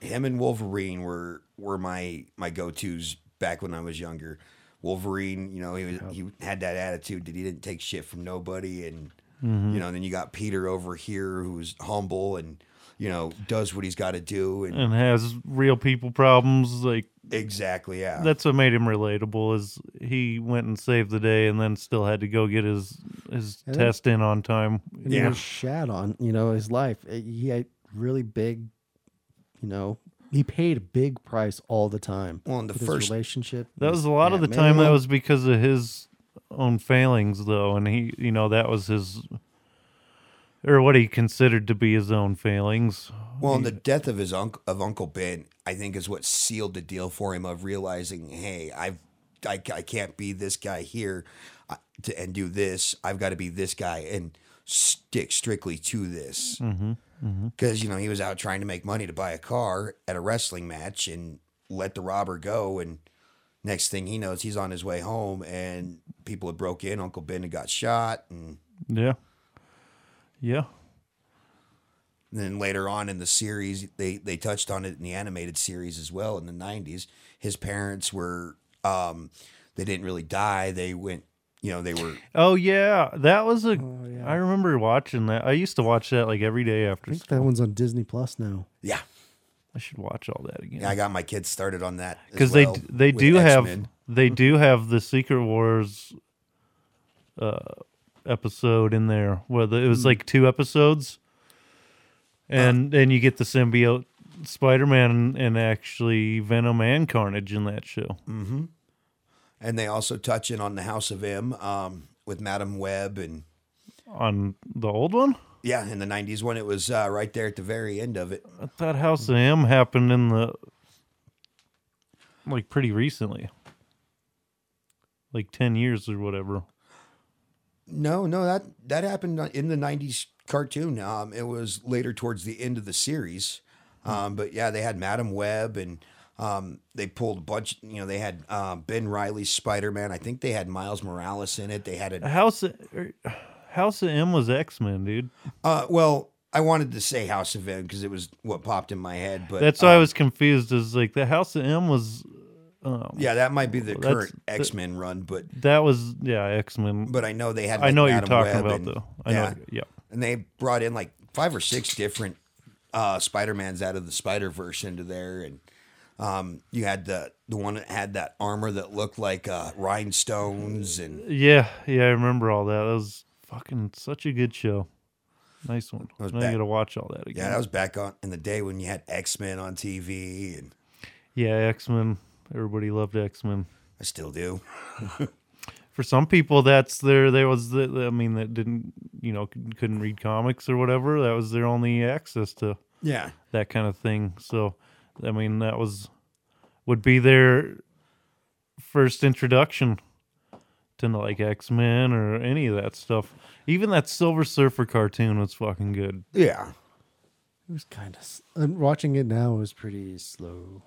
him and Wolverine were were my my go tos back when I was younger. Wolverine, you know, he was he had that attitude that he didn't take shit from nobody, and Mm-hmm. you know, then you got Peter over here who's humble and you know does what he's got to do, and and has real people problems. Like exactly, yeah, that's what made him relatable. Is he went and saved the day, and then still had to go get his his Yeah. test in on time. And Yeah. he was shat on, you know, his life. Uh, He had really big, you know, he paid a big price all the time. Well, in the with his first- relationship, That was a lot of Yeah, the time. That Manuel- was because of his own failings, though, and he, you know, that was his, or what he considered to be his own failings. Well, and the death of his uncle of Uncle Ben, I think, is what sealed the deal for him of realizing, hey, I've I, I can't be this guy here uh, to and do this. I've got to be this guy and stick strictly to this. Because you know he was out trying to make money to buy a car at a wrestling match and let the robber go. And next thing he knows, he's on his way home, and people had broke in. Uncle Ben had got shot, and Yeah, yeah, And then later on in the series, they they touched on it in the animated series as well in the '90s. His parents were, um, they didn't really die. They went, you know, they were. oh yeah, that was a. I Oh, remember watching that. I used to watch that like every day after. I s- think that one's on Disney Plus now. Yeah, I should watch all that again yeah I got my kids started on that because as well, they d- they with do have X-Men. they do have the Secret Wars. Uh, episode in there where the, it was Hmm. like two episodes Ah. and and you get the symbiote spider-man and, actually venom and carnage in that show Hmm. and they also touch in on the House of M um, with Madam Web and on the old one yeah, in the '90s one, it was uh, right there at the very end of it. i thought house of m Hmm. happened in the like pretty recently like 10 years or whatever No, no, that that happened on- in the '90s cartoon. Um, it was later towards the end of the series, Hmm. um, but yeah, they had Madam Web and um, they pulled a bunch. You know, they had um, Ben Riley's Spider Man. I think they had Miles Morales in it. They had a house er, house of m was x-men dude uh, well. I wanted to say House of M because it was what popped in my head, but that's uh, why i was confused is like the house of m was yeah, that might be the that's- current X Men run, but that was yeah x-men but I know they had. i like, know what you're Madam talking Web about and- though i yeah. know yeah and they brought in like five or six different uh Spider-Mans out of the Spider-Verse into there and um you had the the one that had that armor that looked like uh rhinestones and yeah yeah i remember all that that was fucking such a good show nice one now was you back- gotta watch all that again yeah, that was back on in the day when you had X-Men on TV and Yeah, X Men. Everybody loved X Men. I still do. For some people, that's their. That was the. I mean, that didn't. You know, couldn't read comics or whatever. That was their only access to Yeah. that kind of thing. So, I mean, that was would be their first introduction to like X Men or any of that stuff. Even that Silver Surfer cartoon was fucking good. Yeah. It was kind of. I'm watching it now. It was pretty slow.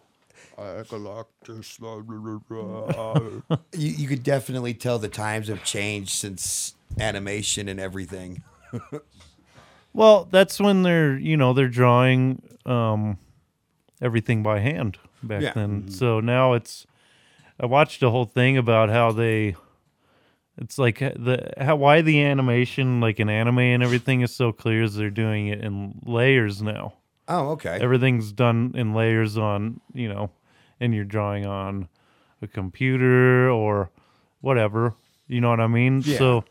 You, you could definitely tell the times have changed since animation and everything. Well, that's when they're you know they're drawing um, everything by hand back Yeah. then. So now it's I watched a whole thing about how they it's like uh, the how why the animation like in anime and everything is so clear is they're doing it in layers now. Oh, okay. Everything's done in layers on you know, and you're drawing on a computer or whatever. You know what I mean? Yeah. So,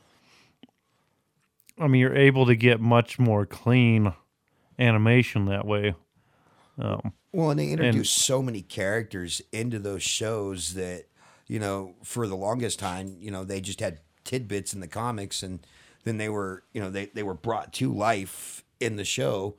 I mean, you're able to get much more clean animation that way. Well, and they introduced so many characters into those shows that, you know, for the longest time, you know, they just had tidbits in the comics and then they were, you know, they, they were brought to life in the show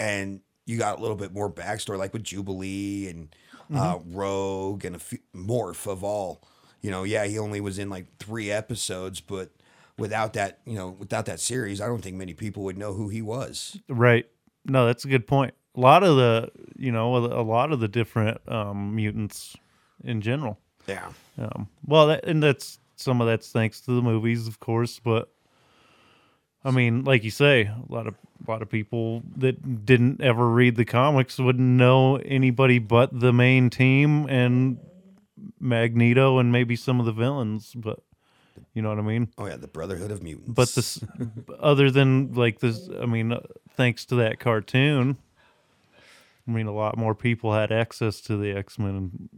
and you got a little bit more backstory, like with Jubilee and uh, Rogue and a few, Morph of all. You know, yeah, he only was in like three episodes, but without that, you know, without that series, I don't think many people would know who he was. Right. No, that's a good point. A lot of the, you know, a lot of the different um, mutants in general. Yeah. Um, well, that, and that's some of that's thanks to the movies, of course. But I mean, like you say, a lot of a lot of people that didn't ever read the comics wouldn't know anybody but the main team and Magneto and maybe some of the villains. But you know what I mean. Oh, yeah, the Brotherhood of Mutants. But this, other than like this, I mean, uh, thanks to that cartoon. I mean, a lot more people had access to the X Men and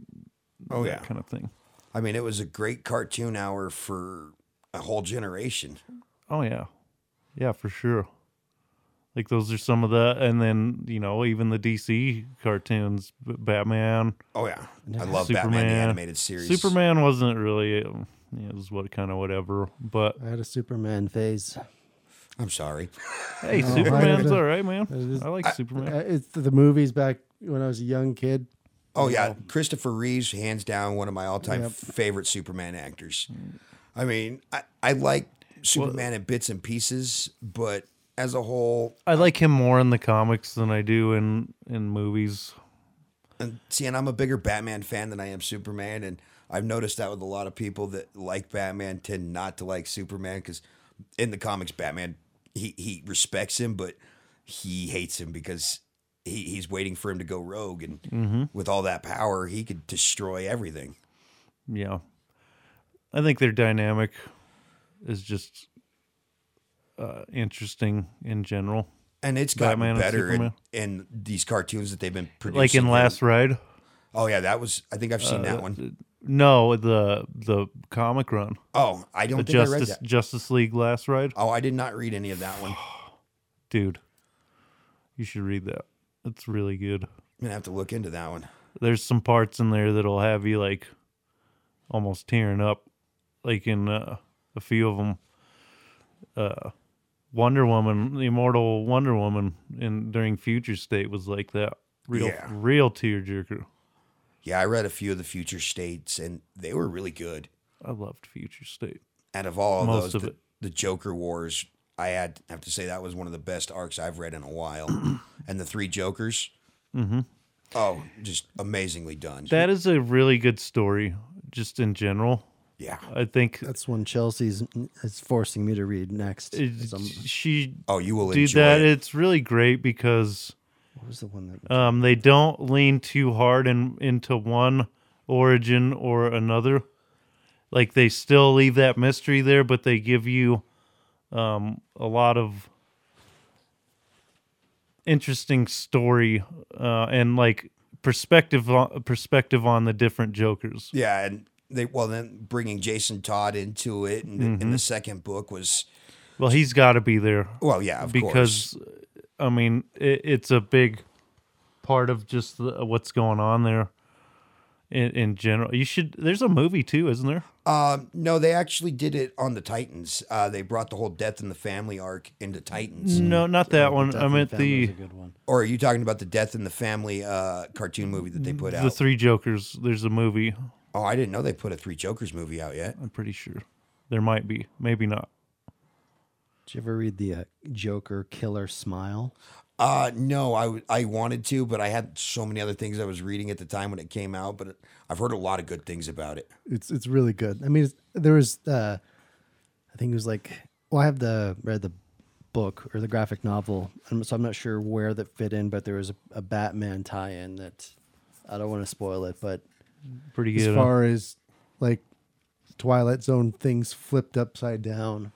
oh, yeah. that kind of thing. I mean, it was a great cartoon hour for a whole generation. Oh yeah, yeah for sure. Like those are some of the, and then you know even the DC cartoons, B- Batman, Oh yeah, I love Batman the Superman. animated series. Superman wasn't really um, it was what kind of whatever, but I had a Superman phase. I'm sorry. hey, No, I Superman's didn't. all right, man. just- I like Superman. Uh, It's the movies back when I was a young kid. Oh yeah, Christopher Reeves, hands down, one of my all-time favorite Superman actors. I mean, I, I like Superman in bits and pieces, but as a whole, I like him more in the comics than I do in in movies. and see, and I'm a bigger Batman fan than I am Superman, and I've noticed that with a lot of people that like Batman tend not to like Superman because in the comics, Batman he he respects him, but he hates him because he, he's waiting for him to go rogue, and Mm-hmm. with all that power, he could destroy everything. Yeah, I think their dynamic is just uh, interesting in general. And it's gotten Batman and better in, Superman. in these cartoons that they've been producing. Like in Last Uh, Ride. oh yeah, that was. I think I've seen that one. No, the the comic run, Oh, I don't the think I read Justice that. Justice League Last Ride, Oh, I did not read any of that one. dude. You should read that. It's really good. I'm gonna have to look into that one. There's some parts in there that'll have you like almost tearing up, like in uh, a few of them. Uh, Wonder Woman, the immortal Wonder Woman, in during Future State was like that. Real, Yeah. real tearjerker. Yeah, I read a few of the future states, and they were really good. I loved Future State. Out of all of Most those, of the, it. the Joker Wars, I had have to say that was one of the best arcs I've read in a while. and the three Jokers, mm-hmm. oh, just amazingly done. That is a really good story, just in general. yeah. I think That's one Chelsea's is forcing me to read next. It- Is, um, she Oh, you will did enjoy that. it. It's really great because what was the one that? um, they don't lean too hard in, into one origin or another. Like they still leave that mystery there, but they give you um, a lot of interesting story uh, and like perspective on, perspective on the different Jokers. Yeah, and they well then bringing Jason Todd into it, and in Mm-hmm. the second book was Well, he's got to be there. well, yeah, of course. because I mean it, it's a big part of just the, what's going on there, in, in general. You should. There's a movie too, isn't there? Um, no, they actually did it on the Titans. Uh, they brought the whole Death in the Family arc into Titans. No, not that one. I meant Um, the good one. Or are you talking about the Death in the Family uh, cartoon movie that they put the out? Three Jokers. There's a movie. oh, I didn't know they put a Three Jokers movie out yet. I'm pretty sure. There might be, maybe not. Did you ever read the uh, Joker Killer Smile? Uh, no, I, w- I wanted to, but I had so many other things I was reading at the time when it came out. But I've heard a lot of good things about it. It's it's really good. I mean, it's, there was uh, I think it was like well, I have the read the book or the graphic novel, I'm- so I'm not sure where that fit in, but there was a, a Batman tie-in that I don't want to spoil it, but Pretty as good. huh? far as like Twilight Zone things flipped upside down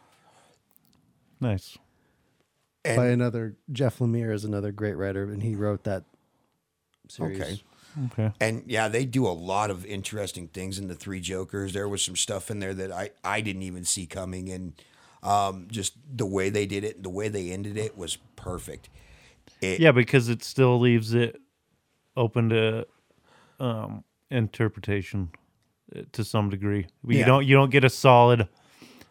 Nice. And by another Jeff Lemire. there is another great writer, and he wrote that series. Okay. Okay. And yeah, they do a lot of interesting things in the Three Jokers. There was some stuff in there that I, I didn't even see coming, and um, just the way they did it, the way they ended it was perfect. It, Yeah, because it still leaves it open to um, interpretation uh, to some degree. But You Yeah. don't you don't get a solid.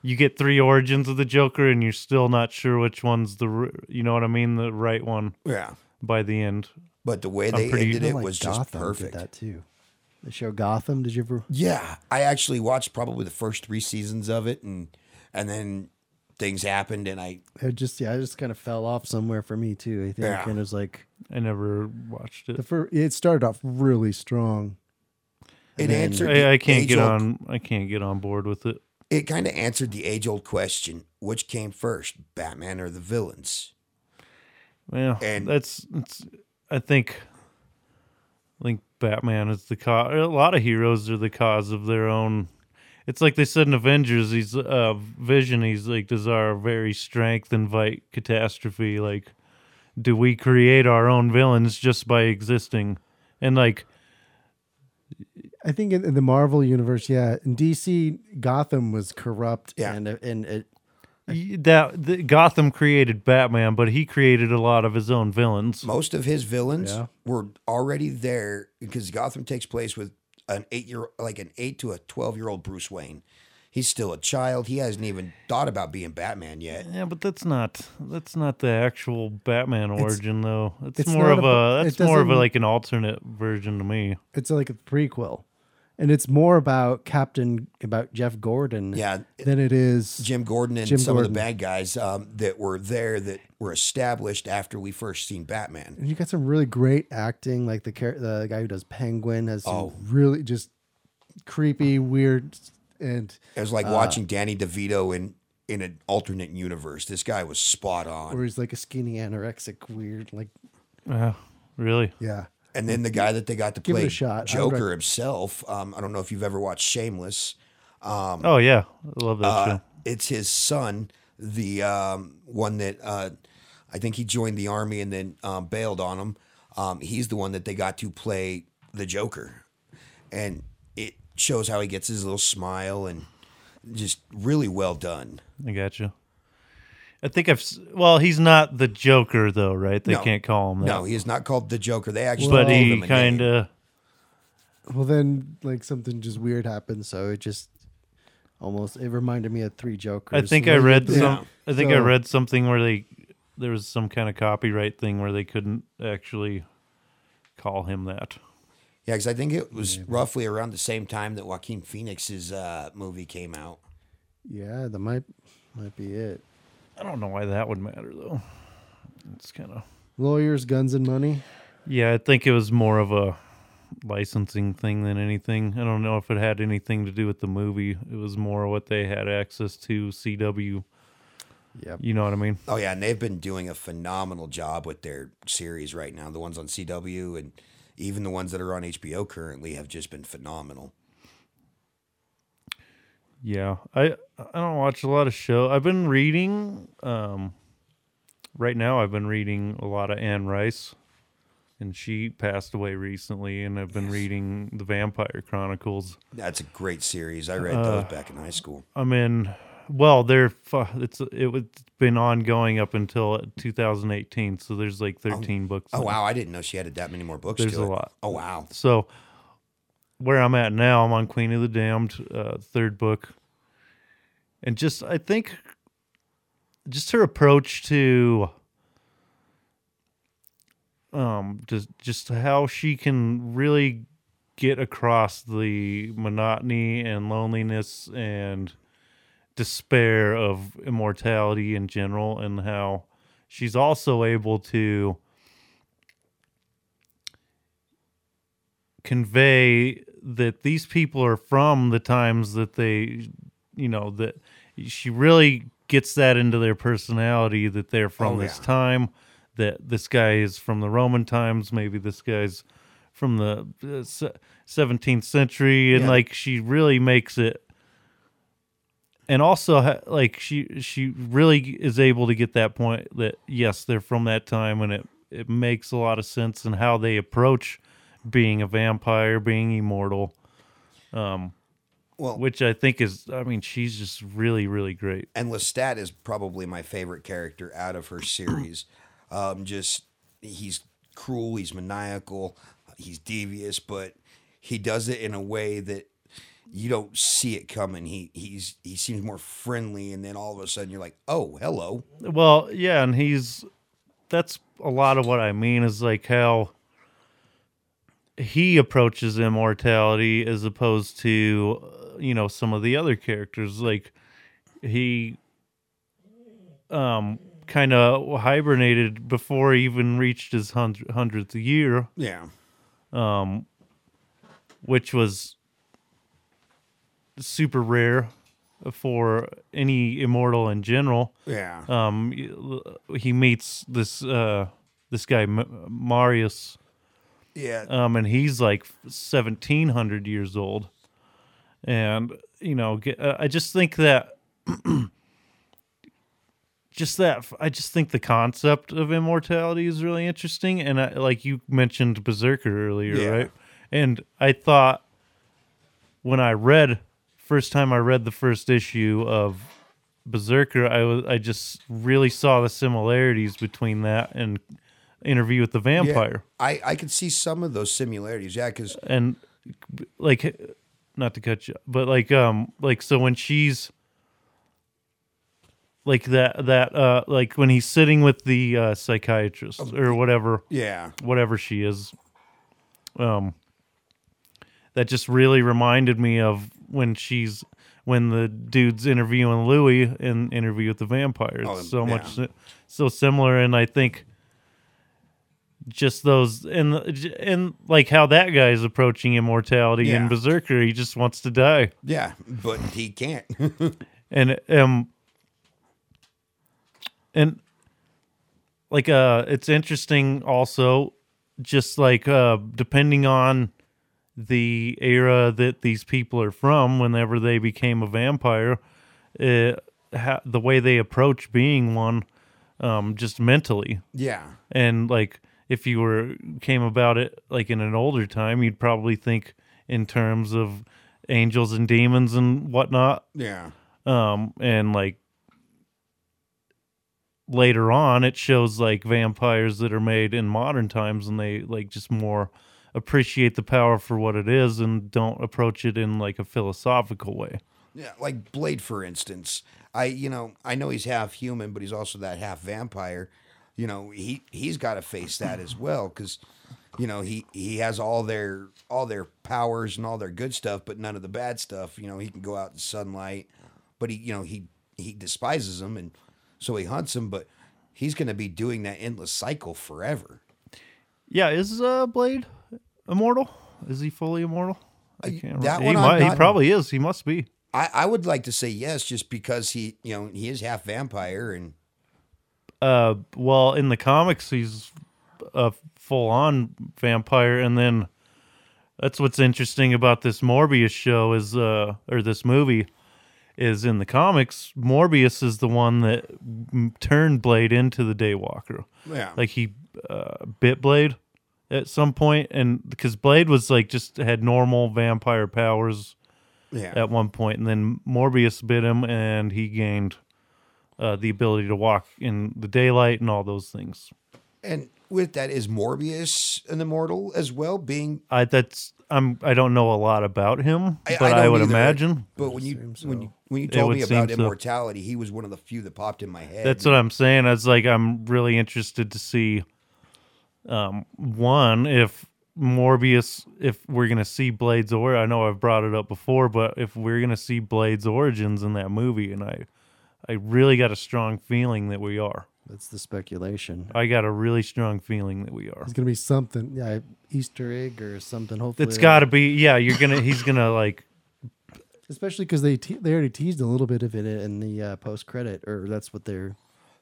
You get three origins of the Joker, and you're still not sure which one's the r- you know what I mean the right one yeah. by the end. But the way they pretty- ended I it feel like was just Oh Gotham perfect. Did that too. The show Gotham. Did you ever? Yeah, I actually watched probably the first three seasons of it, and and then things happened, and I It just yeah, I just kind of fell off somewhere for me too. I think Yeah. and it was like I never watched The it. fir- it started off really strong. it answered. the I, I can't get age-old- on. I can't get on board with it. It kind of answered the age old question: which came first, Batman or the villains? Yeah, And- that's, it's I think. I think Batman is the cause. A lot of heroes are the cause of their own. It's like they said in Avengers. He's uh, Vision. He's like does our very strength invite catastrophe? Like, do we create our own villains just by existing? And like, I think in, in the Marvel universe, yeah, in DC, Gotham was corrupt. Yeah. and and it y- that the, Gotham created Batman, but he created a lot of his own villains. Most of his villains were already there because Gotham takes place with an eight year, like an eight to a twelve year old Bruce Wayne. He's still a child. He hasn't even thought about being Batman yet. Yeah, but that's not that's not the actual Batman origin though. It's, it's more not of a- a, it that's more of a, doesn't- like an alternate version to me. It's like a prequel. and it's more about Captain about Jeff Gordon. Yeah, Then it is Jim Gordon and Jim some of Gordon. the bad guys um, that were there that were established after we first seen Batman. And you got some really great acting, like the char- the guy who does Penguin has some Oh. really just creepy, weird, and It was like Uh. watching Danny DeVito in in an alternate universe. This guy was spot where on. he's like a skinny anorexic, weird, like Uh, really? yeah. And then the guy that they got to Give it play a shot. I would Joker rec- himself. Um, I don't know if you've ever watched Shameless. Oh yeah, I love that Um, Uh, show. it's his son, the um, one that uh, I think he joined the army and then um, bailed on him. Um, he's the one that they got to play the Joker, and it shows how he gets his little smile and just really well done. I gotcha. I think I've s- well, he's not the Joker though, right? They No. can't call him that. No, he is not called the Joker. They actually but gave he him a kind name. of Well, then like something just weird happens. So it just almost it reminded me of Three Jokers. I think Like, I read Yeah. some I think I So- read something where they there was some kind of copyright thing where they couldn't actually call him that. yeah, because I think it was roughly around the same time that Joaquin Phoenix's uh, movie came out. Yeah, that might might be it. I don't know why that would matter though. It's kind of Lawyers, guns, and money. Yeah, I think it was more of a licensing thing than anything. I don't know if it had anything to do with the movie. It was more what they had access to CW. Yep. You know what I mean? Oh yeah, and they've been doing a phenomenal job with their series right now. The ones on CW and even the ones that are on HBO currently have just been phenomenal. Yeah. I I don't watch a lot of show. I've been reading um right now I've been reading a lot of Anne Rice and she passed away recently and I've been reading The Vampire Chronicles. That's a great series. I read those back in high school. I'm in. Well, they're fu- it's it was been ongoing up until 2018. So there's like 13 books. Oh now. wow, I didn't know she added that many more books. There's to a it. lot. Oh wow, So where I'm at now. I'm on Queen of the Damned, uh, third book, and just I think just her approach to um just just how she can really get across the monotony and loneliness and despair of immortality in general and how she's also able to convey that these people are from the times that they you know that she really gets that into their personality that they're from Oh, this yeah. time that this guy is from the roman times maybe this guy's from the uh, se- 17th century and Yeah. like she really makes it and also ha- like she she really is able to get that point that yes they're from that time and it it makes a lot of sense in how they approach being a vampire being immortal Well, which i think is i mean she's just really really great and Lestat is probably my favorite character out of her series. um, just he's cruel, he's maniacal, he's devious, but he does it in a way that you don't see it coming. He he's he seems more friendly, and then all of a sudden you're like, oh, hello. Well, yeah, and he's that's a lot of what I mean is like how he approaches immortality as opposed to uh, you know some of the other characters like he um kind of hibernated before he even reached his 100th year Yeah, which was super rare for any immortal in general yeah. um y- he meets this uh this guy M- Marius Yeah. um and he's like 1700 years old and you know ge- uh, I just think that just that f- I just think the concept of immortality is really interesting and I, like you mentioned berserker earlier Yeah. right and I thought when I read first time I read the first issue of Berserker, I was I just really saw the similarities between that and Interview with the Yeah. Vampire, I, I could see some of those similarities, yeah, because and like not to cut you, but like um like so when she's like that that uh like when he's sitting with the uh, psychiatrist or whatever yeah, whatever she is. Um, that just really reminded me of when she's when the dude's interviewing Louis in Interview with the Vampire. It's Oh, so much yeah. si- so similar, and I think just those and and like how that guy is approaching immortality Yeah. in Berserker, he just wants to die yeah, but he can't. and um and like uh it's interesting also just like uh depending on the era that these people are from whenever they became a vampire uh, ha- the way they approach being one um just mentally yeah, and like if you were came about it like in an older time you'd probably think in terms of angels and demons and whatnot yeah, um and like later on it shows like vampires that are made in modern times and they like just more appreciate the power for what it is and don't approach it in like a philosophical way yeah. Like Blade, for instance. I you know I know he's half human, but he's also that half vampire. You know he he's got to face that as well because you know he he has all their all their powers and all their good stuff, but none of the bad stuff. You know he can go out in sunlight, but he you know he he despises them and so he hunts them, but he's going to be doing that endless cycle forever. yeah is uh blade immortal is he fully immortal i can't remember. that he, one I'm might, he not- probably is he must be I, I would like to say yes, just because he, you know, he is half vampire and uh well in the comics he's a full on vampire and then that's what's interesting about this Morbius show is uh or this movie is in the comics Morbius is the one that m- turned Blade into the Daywalker yeah, like he uh, bit Blade at some point and because Blade was like just had normal vampire powers yeah, at one point, and then Morbius bit him, and he gained uh, the ability to walk in the daylight and all those things. And with that, is Morbius an immortal as well? Being I that's I'm I don't know a lot about him, but I, don't would either, imagine But when you when you when you It told would me about seem so. immortality, he was one of the few that popped in my head. that's what I'm saying. I was like I'm really interested to see um one if Morbius if we're going to see Blades or I know I've brought it up before, but if we're going to see Blades Origins in that movie and I I really got a strong feeling that we are. That's the speculation. I got a really strong feeling that we are. It's gonna be something. Yeah, Easter egg or something. Hopefully, It's got to be yeah, you're going to he's going to like especially because they te- they already teased a little bit of it in the uh, post credit, or that's what they're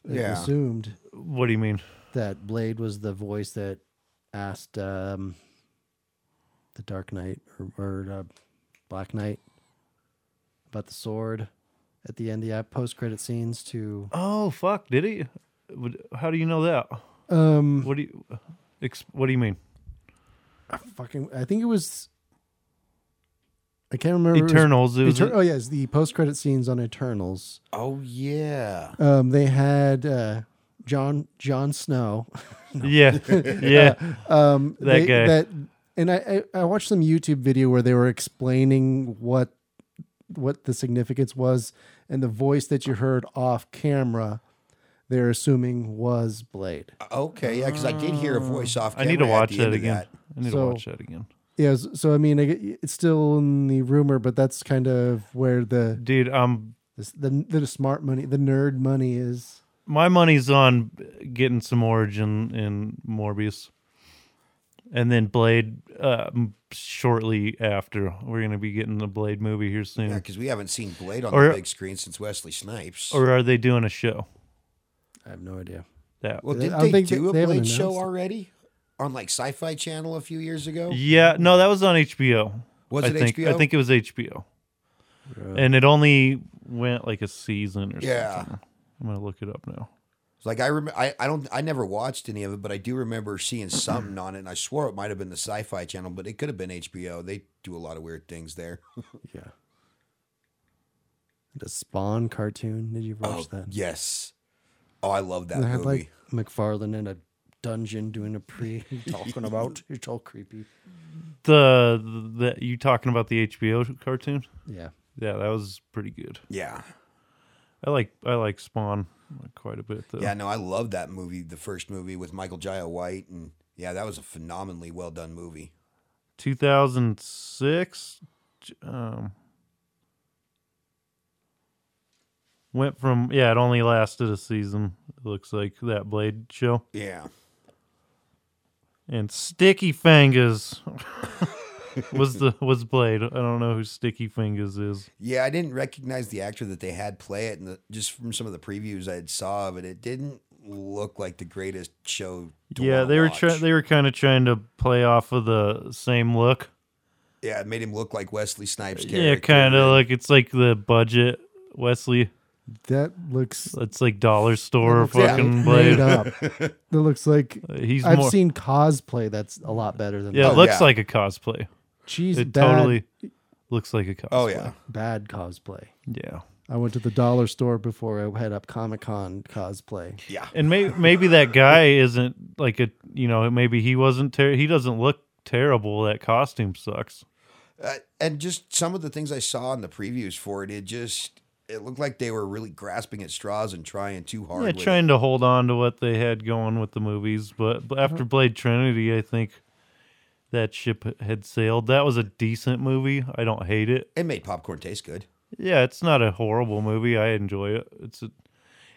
they Yeah. assumed what do you mean? that Blade was the voice that asked um, the Dark Knight or, or uh, Black Knight about the sword at the end. Yeah, post credit scenes to Oh fuck! Did he? Would- How do you know that? Um, What do you? Ex- what do you mean? fucking. I think it was. I can't remember. Eternals. It It was was, Eter- oh yes, the post credit scenes on Eternals. oh yeah, Um, they had uh, John John Snow. yeah, yeah. Um, That they- guy. That, and I, I I watched some YouTube video where they were explaining what what the significance was, and the voice that you heard off camera, they're assuming was Blade. okay, yeah, because I did hear a voice off. I need camera to at watch the that end of again. that. I need So- to watch that again, Yeah, so- so I mean, I get- it's still in the rumor, but that's kind of where the dude. Um, the, the smart money, the nerd money is. my money's on getting some origin in Morbius, and then Blade. Uh, m- shortly after, we're gonna be getting the Blade movie here soon. Yeah, because we haven't seen Blade on Or- the big screen since Wesley Snipes. Or are they doing a show? I have no idea. That. well, I did don't they think they- do they a haven't Blade show announced it. already on like Sci-Fi Channel a few years ago? Yeah, no, that was on HBO. Was I it think, I HBO? think it was HBO. And it only went like a season or Yeah. something. I'm gonna look it up now. It's Like I remember, I, I don't, I never watched any of it, but I do remember seeing something on it, and I swore it might have been the Sci-Fi Channel, but it could have been HBO. They do a lot of weird things there. Yeah. The Spawn cartoon. Did you ever watch that? Yes. Oh, I love that They had movie. like McFarlane in a dungeon doing a pre talking about it's all creepy. The, the you talking about the HBO cartoon? Yeah. Yeah, that was pretty good. yeah, I like I like Spawn quite a bit though. yeah. No, I love that movie. The first movie with Michael Jai White, and yeah, that was a phenomenally well done movie. 2006 um went from yeah, it only lasted a season. It looks like that Blade show. Yeah. and Sticky Fingers was the was Blade. I don't know who Sticky Fingers is. Yeah, I didn't recognize the actor that they had play it, and the, just from some of the previews I had saw of it, it didn't look like the greatest show. To yeah, wanna they were watch. trying. They were kind of trying to play off of the same look. yeah, it made him look like Wesley Snipes. Yeah, character. kind of like it's like the budget Wesley. That looks It's like dollar store looks like fucking made Blade. up. That looks like He's I've more. seen cosplay. Play that's a lot better than yeah, it Oh, looks yeah. like a cosplay. Cheese It bad. totally looks like a cosplay. Oh yeah, bad cosplay. yeah. I went to the dollar store before. Or I head up Comic Con cosplay. yeah. And maybe maybe that guy isn't like a you know maybe he wasn't ter- he doesn't look terrible. That costume sucks. Uh, and just some of the things I saw in the previews for it, it just it looked like they were really grasping at straws and trying too hard. Yeah, with trying to hold on to what they had going with the movies, but but after Mm-hmm. Blade Trinity, I think that ship had sailed. That was a decent movie. I don't hate it. it. it made popcorn taste good. Yeah, it's not a horrible movie. I enjoy it. It's a,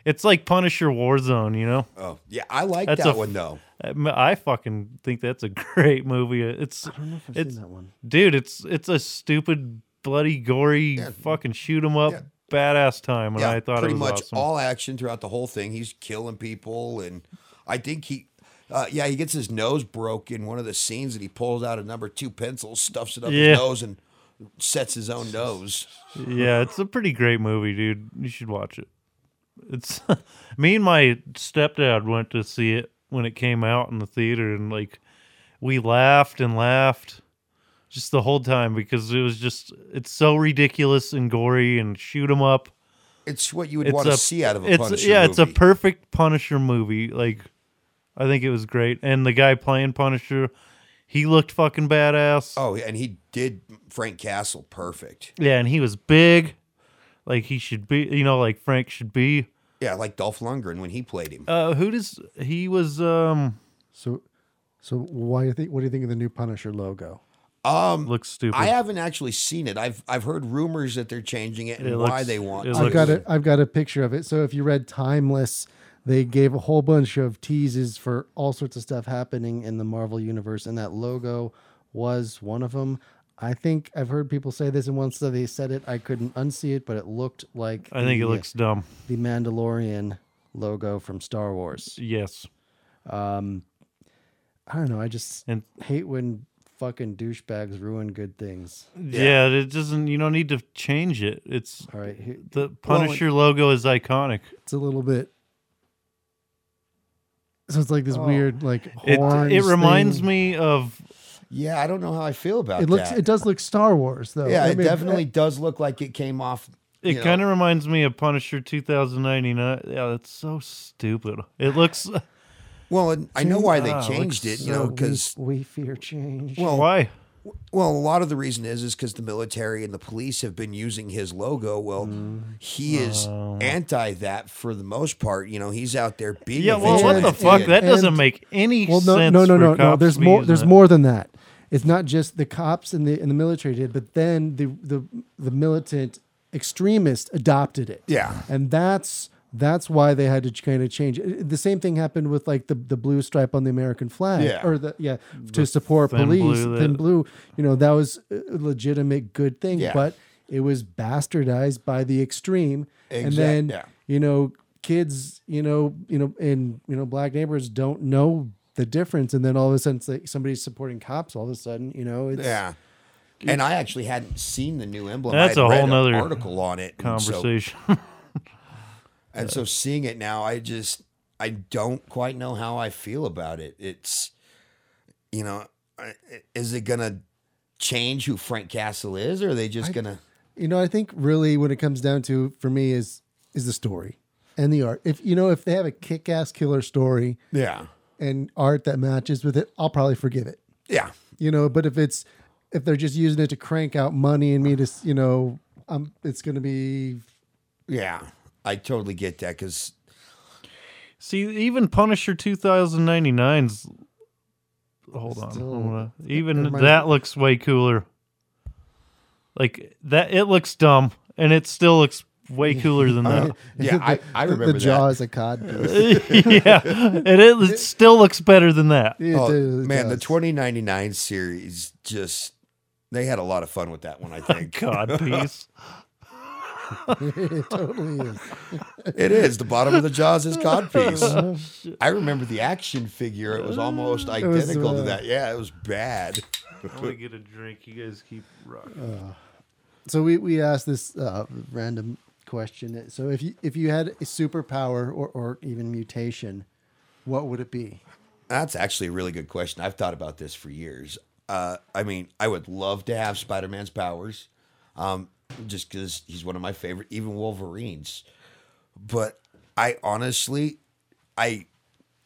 it's like Punisher Warzone, you know. Oh yeah, I like That's that a- one though. I mean, I fucking think that's a great movie. It's I've it's seen that one. dude, it's it's a stupid bloody gory fucking shoot 'em up Yeah. badass time and Yeah, I thought pretty it was much awesome. all action throughout the whole thing. He's killing people, and I think he, uh, yeah, he gets his nose broke in one of the scenes, and he pulls out a number two pencil, stuffs it up Yeah. his nose, and sets his own nose. yeah, it's a pretty great movie, dude. You should watch it. It's me and my stepdad went to see it when it came out in the theater, and like we laughed and laughed just the whole time because it was just it's so ridiculous and gory and shoot 'em up. It's what you would It's want to a- see out of a it's Punisher yeah, it's a movie. perfect Punisher movie. Like I think it was great. And the guy playing Punisher, he looked fucking badass. Oh, and he did Frank Castle perfect. Yeah, and he was big, like he should be. You know, like Frank should be. Yeah, like Dolph Lundgren when he played him. Uh, who does he was? Um, So, so why you think? What do you think of the new Punisher logo? Um, looks stupid. I haven't actually seen it. I've I've heard rumors that they're changing it and It why looks- they want. it to. looks- I've got a, I've got a picture of it. So if you read Timeless, they gave a whole bunch of teases for all sorts of stuff happening in the Marvel universe, and that logo was one of them. I think I've heard people say this, and once they said it, I couldn't unsee it, but it looked like I think it the- looks dumb. the Mandalorian logo from Star Wars. Yes, I don't know. I just and hate when fucking douchebags ruin good things. yeah. it doesn't. You don't need to change it. It's All right, here- the Punisher logo is iconic. it's a little bit. So it's like this weird, like Oh. It horns it reminds thing. me of Yeah, I don't know how I feel about It looks. that. It does look Star Wars though. yeah, I it mean, eh, definitely does look like it came off. It you know, kind of reminds me of Punisher 2099. Yeah, that's so stupid. It looks well. And I know why they Ah, it changed it, looks you know, because We, we fear change. well, why? Well, a lot of the reason is is because the military and the police have been using his logo. Well, Mm. he is Oh. anti that for the most part. You know, he's out there being Yeah, a well, what the vigilante. fuck? That doesn't And- make any well, no, sense. no, no, for no, no. cops There's to be more. using There's it. more than that. It's not just the cops and the and the military did, but then the the the militant extremist adopted it. Yeah. and that's that's why they had to kind of change. it. The same thing happened with like the the blue stripe on the American flag, Yeah. or the yeah to support thin police, blue thin that- blue. You know that was a legitimate good thing, Yeah. but it was bastardized by the extreme, and Exact- then yeah. you know kids you know you know and you know black neighbors don't know the difference and then all of a sudden it's like somebody's supporting cops all of a sudden you know it's Yeah. And I actually hadn't seen the new emblem. That's I had a read whole an nother article on it. and so- conversation. And so seeing it now, I just I don't quite know how I feel about it. It's you know, I- is it gonna change who Frank Castle is, or are they just gonna? you know i think really what it comes down to for me is is the story and the art if you know if they have a kick-ass killer story Yeah, and art that matches with it i'll probably forgive it yeah, you know but if it's if they're just using it to crank out money and me to s- you know um it's gonna be yeah. I totally get that because See, even Punisher 2099's. Hold on, Still- I'm gonna- even reminds- that looks way cooler. Like that, it looks dumb, and it still looks way cooler than that. Yeah, I- I the- remember the that. jaw is a cod yeah, and it, it still looks better than that. oh, man, the 2099 series just they had a lot of fun with that Oh, one. I think God, peace. it totally is it is the bottom of the jaws is Oh, codpiece. I remember the action figure; it was almost was, identical to uh, that. Yeah, it was bad. I'm gonna get a drink. You guys keep Uh, rocking. So we we asked this uh, random question. So if you if you had a superpower or or even mutation, what would it be? That's actually a really good question. I've thought about this for years. Uh, I mean, I would love to have Spider Man's powers um, just because he's one of my favorite, even Wolverine's. But I honestly, I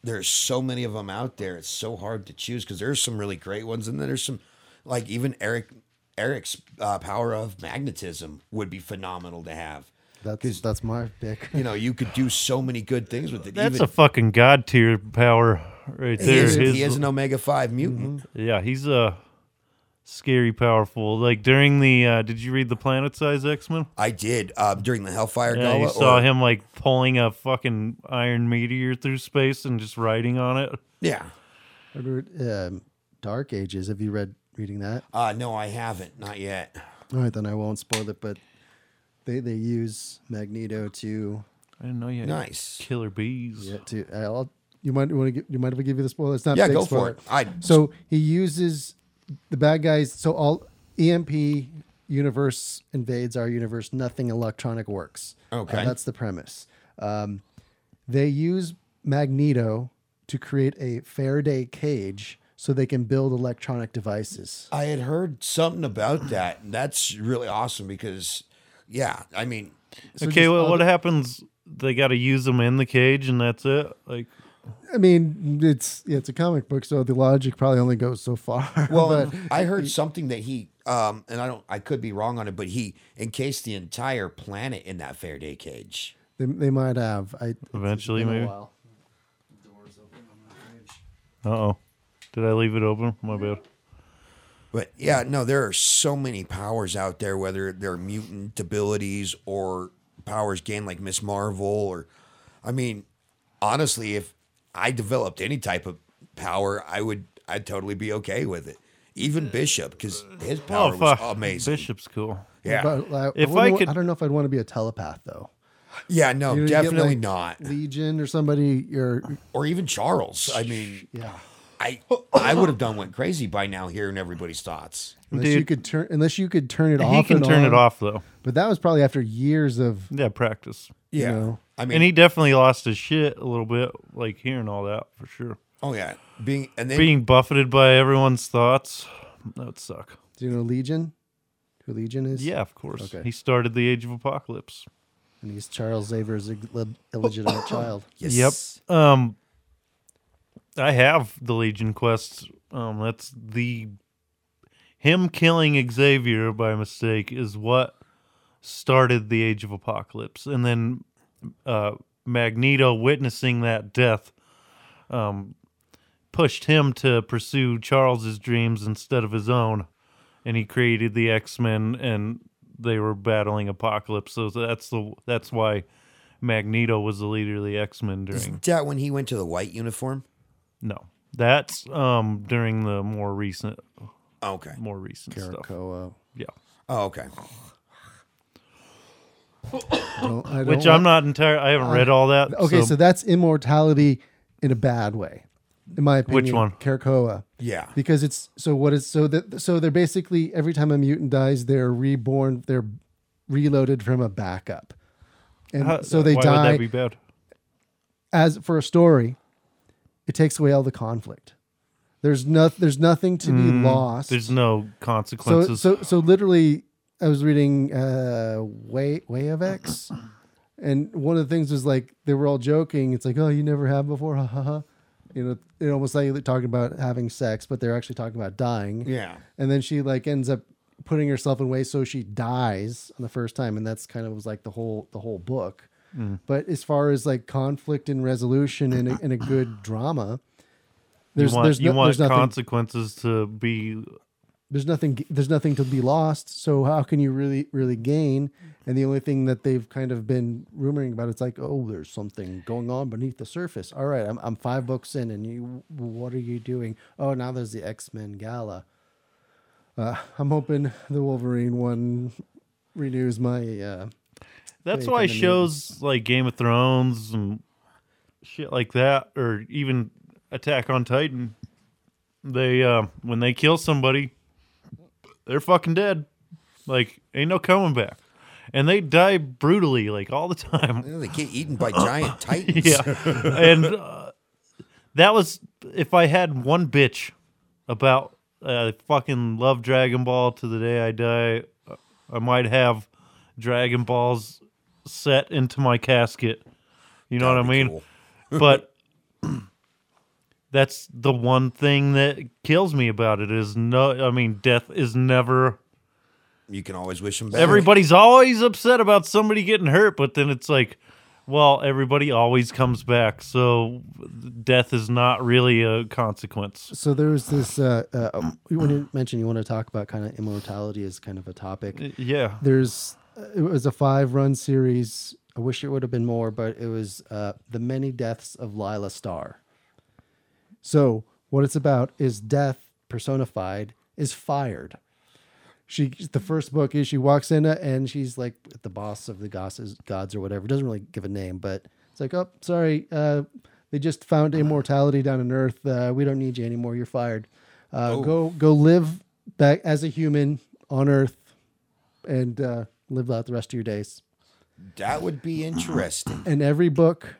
there's so many of them out there. It's so hard to choose because there's some really great ones, and then there's some like even Eric Eric's uh, power of magnetism would be phenomenal to have. That's that's my pick. You know, you could do so many good things with it. That's even, a fucking god tier power right he, there. is, His- he is an Omega Five mutant. yeah, he's uh, scary powerful. Like during the uh, did you read the Planet Size X Men? I did um, during the Hellfire Yeah, Gala. you saw or- him like pulling a fucking iron meteor through space and just riding on it. Yeah. Remember, um, Dark Ages. Have you read reading that? Uh, no, I haven't. Not yet. All right, then I won't spoil it. But they they use Magneto to I didn't know you had Nice. killer bees. yeah, to. I'll, you might want to you might have give you the spoiler. It's not a Yeah, big go spoiler. for it. I So he uses the bad guys. So all EMP universe invades our universe. Nothing electronic works. Okay. Uh, that's the premise. Um, they use Magneto to create a Faraday cage so they can build electronic devices. I had heard something about that. That's really awesome because, yeah, I mean, okay, just well, all what the- happens? They got to use them in the cage, and that's it. Like I mean, it's yeah, it's a comic book, so the logic probably only goes so far. Well, I heard something that he, um, and I don't, I could be wrong on it, but he encased the entire planet in that Faraday cage. they, they might have. I Eventually, Been a maybe. Uh while. oh. Did I leave it open? My bad. But yeah, no, there are so many powers out there, whether they're mutant abilities or powers gained like Miss Marvel, or I mean, honestly, if I developed any type of power, I would, I'd totally be okay with it. Even Bishop, because his power oh was fuck! amazing. Bishop's cool. yeah, But I, If I I, wouldn't- could- I don't know if I'd want to be a telepath though. yeah, no, You know, you get, definitely like, not. Legion or somebody. Or Or even Charles. I mean, yeah, I I would have done went crazy by now hearing everybody's thoughts. unless Dude. you could turn, unless you could turn it He off. can and turn on. it off though. But that was probably after years of Yeah, practice. Yeah. know. I mean, And he definitely lost his shit a little bit, like hearing all that for sure. oh yeah, being and then Being buffeted by everyone's thoughts, that would suck. do you know Legion? Who Legion is? Yeah, of course. Okay. He started the Age of Apocalypse. And he's Charles Xavier's ill- illegitimate child. Oh, yes, Yep. Um, I have the Legion quests. Um, that's the him killing Xavier by mistake is what started the Age of Apocalypse, and then uh, Magneto witnessing that death, um, pushed him to pursue Charles's dreams instead of his own, and he created the X Men, and they were battling Apocalypse. So that's the that's why. Magneto was the leader of the X Men during. Isn't that when he went to the white uniform? No, that's um during the more recent, Oh, okay. more recent stuff. Caracoa. Yeah, Oh, okay. Don't- I don't which want- I'm not entire. I haven't read all that. Okay, so, that's immortality in a bad way, in my opinion. one? Krakoa. Yeah. Because it's so what is so that so they're basically every time a mutant dies, they're reborn, they're reloaded from a backup, and how- so they why die Would that be bad? as for a story. It takes away all the conflict. There's no, there's nothing to be lost. There's no so consequences. so so literally i was reading uh way way of x and one of the things was like they were all joking it's like oh you never have before ha ha ha you know it almost like they're talking about having sex but they're actually talking about dying Yeah. and then she like ends up putting herself in ways so she dies on the first time and that's kind of was like the whole the whole book Mm-hmm. but as far as like conflict and resolution and a, and a good drama there's you want, there's, you no, want there's nothing consequences to be. there's nothing there's nothing to be lost so how can you really really gain and the only thing that they've kind of been rumoring about it's like oh there's something going on beneath the surface all right i'm, I'm five books in and you what are you doing oh now there's the x-men gala uh, i'm hoping the wolverine one renews my uh, That's Faith why in the shows like Game of Thrones and shit like that, or even Attack on Titan, they uh, when they kill somebody, they're fucking dead. Like ain't no coming back, and they die brutally like all the time. Well, They get eaten by giant titans. yeah, and uh, that was if I had one bitch about uh, fucking love Dragon Ball to the day I die, uh, I might have Dragon Balls set into my casket. You know That'd what be I mean? cool. but that's the one thing that kills me about it is no i mean death is never You can always wish them back. everybody's always upset about somebody getting hurt but then it's like well everybody always comes back so death is not really a consequence So there was this. Uh, uh, um, when you mentioned you want to talk about kind of immortality as kind of a topic, yeah there's uh, it was a five run series. I wish it would have been more, but it was uh, The Many Deaths of Lila Starr. so What it's about is death personified is fired. she the first book is she walks in and she's like The boss of the gods, gods or whatever doesn't really give a name, but it's like, oh, sorry, uh, they just found immortality down on earth uh, we don't need you anymore you're fired uh, go go live back as a human on earth and uh, live out the rest of your days That would be interesting. and every book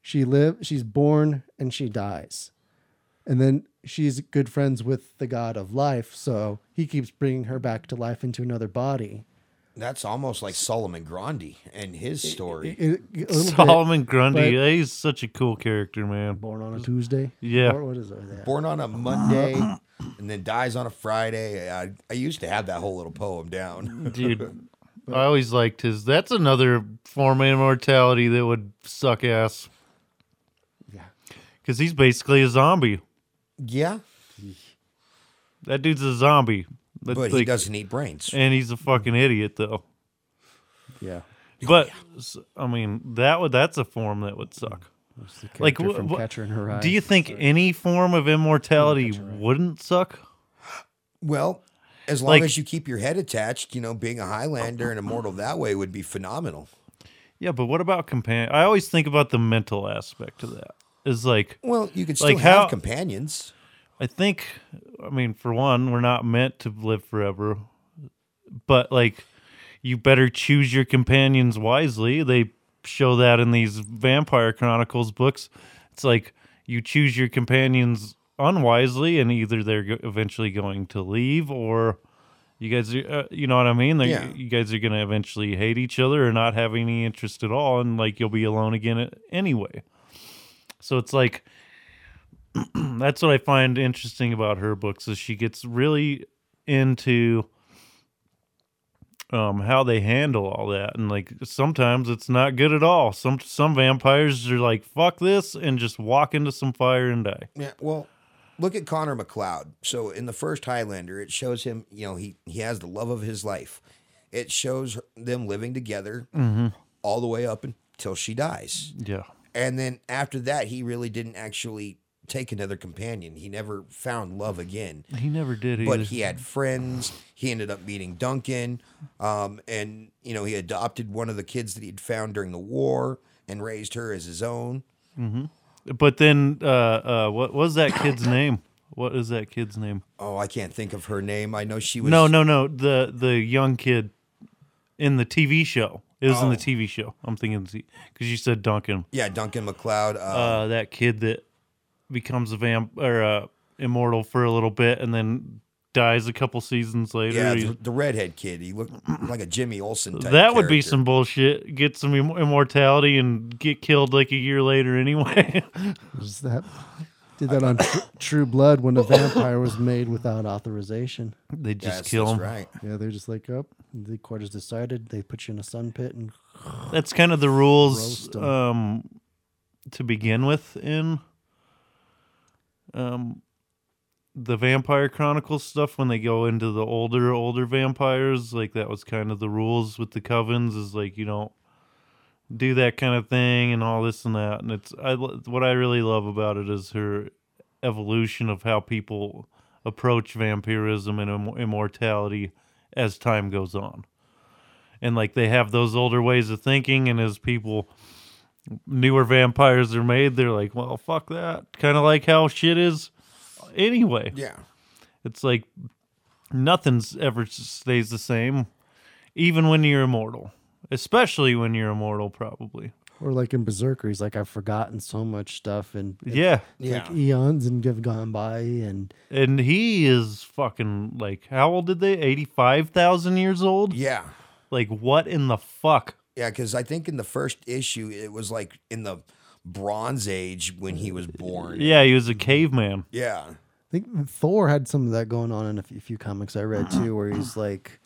she live she's born and she dies and then she's good friends with the god of life so he keeps bringing her back to life into another body That's almost like Solomon Grundy and his story. It- it- a little bit- Solomon Grundy. he's such a cool character, man. Born on a Tuesday. Yeah. Or what is it? Yeah. Born on a Monday and then dies on a Friday. I, I used to have that whole little poem Mm. down. Dude, I always liked his. That's another form of immortality that would suck ass. Yeah. Because he's basically a zombie. yeah, That dude's a zombie. That's but he like- doesn't eat brains. And he's a fucking idiot, though. yeah. But s- I mean, that would that's a form that would suck. It's the Like, character wh- from wh- Catcher in Her Rye. Do you think any form of immortality wouldn't suck? Well, as long Like- as you keep your head attached, you know, being a Highlander and immortal that way would be phenomenal. Yeah, but what about companion? I always think about the mental aspect of that. Is like Well, you could still Like have how- companions. I think, I mean, for one, we're not meant to live forever, but like, you better choose your companions wisely. They show that in these Vampire Chronicles books. It's like you choose your companions unwisely, and either they're go- eventually going to leave, or you guys, are, uh, you know what I mean? Like, Yeah. You guys are going to eventually hate each other or not have any interest at all, and like you'll be alone again a- anyway. So it's like that's what I find interesting about her books is she gets really into um how they handle all that and like sometimes it's not good at all. Some some vampires are like fuck this and just walk into some fire and die. Yeah, well, look at Connor McLeod. So in the first Highlander, it shows him, you know, he he has the love of his life. It shows them living together all the way up until she dies. Yeah. And then after that, he really didn't actually take another companion. He never found love again. He never did either. But he had friends. He ended up meeting Duncan. Um, and, you know, he adopted one of the kids that he'd found during the war and raised her as his own. but then uh uh what was that kid's name? What is that kid's name? Oh, I can't think of her name. I know she was. no, no, no. The the young kid in the TV show. It was in the Oh. TV show. I'm thinking because you said Duncan. Yeah, Duncan McLeod. Uh, uh, that kid that becomes a vamp or uh, immortal for a little bit and then dies a couple seasons later. Yeah, He's- the, the redhead kid. He looked like a Jimmy Olsen type. that would be character. some bullshit. Get some im- immortality and get killed like a year later anyway. was that did that on Tru- True Blood when a vampire was made without. Without authorization. they just Yeah, that's- kill that's him. Right. Yeah, they're just like oh, up. The court has decided. They put you in a sun pit and That's kind of the rules Roast 'em. um, to begin with in um, the Vampire Chronicles stuff. When they go into the older, older vampires, like that was kind of the rules with the covens is like you don't do that kind of thing and all this and that. And it's I lo- what I really love about it is her evolution of how people approach vampirism and Im- immortality as time goes on and like they have those older ways of thinking and as people newer vampires are made they're like well fuck that kind of like how shit is anyway Yeah. it's like nothing's ever s- stays the same even when you're immortal especially when you're immortal probably Or like in Berserker, he's like, I've forgotten so much stuff and yeah Yeah. eons and have gone by and and he is fucking like how old did they 85,000 years old Yeah. like what in the fuck Yeah. Because I think in the first issue, it was like in the Bronze Age when he was born. yeah he Mm-hmm. was a caveman Yeah. I think Thor had some of that going on in a few, few comics I read too, where he's like,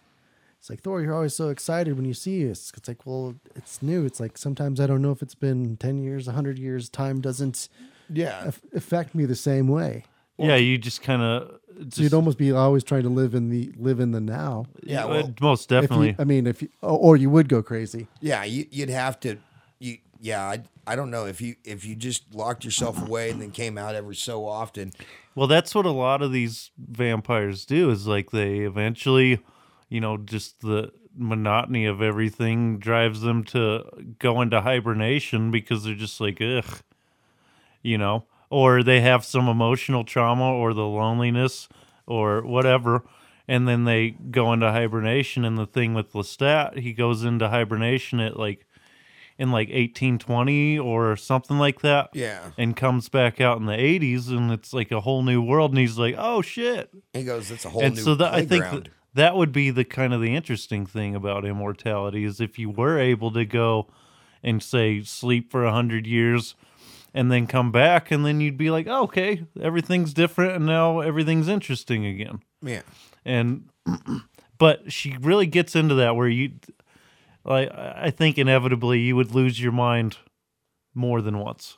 it's like Thor, you're always so excited when you see us. It's like, well, it's new. It's like sometimes I don't know if it's been ten years, hundred years. Time doesn't Yeah. aff- affect me the same way. yeah you just kind of So you'd almost be always trying to live in the live in the now. Yeah. Uh, Well, most If definitely. you, uh, I mean, if you, or you would go crazy. yeah. You, you'd have to. You, yeah. I, I don't know if you if you just locked yourself away and then came out every so often. well, that's what a lot of these vampires do is like they eventually, you know, just the monotony of everything drives them to go into hibernation because they're just like, ugh, you know, or they have some emotional trauma or the loneliness or whatever. And then they go into hibernation. And the thing with Lestat, he goes into hibernation at like, in like 1820 or something like that. Yeah. and comes back out in the 80s and it's like a whole new world and he's like oh shit He goes. That's a whole and new so that i think playground. th- that would be the kind of the interesting thing about immortality is if you were able to go and say sleep for a hundred years and then come back and then you'd be like oh, okay everything's different and now everything's interesting again Yeah. and but she really gets into that where you like i I think inevitably you would lose your mind more than once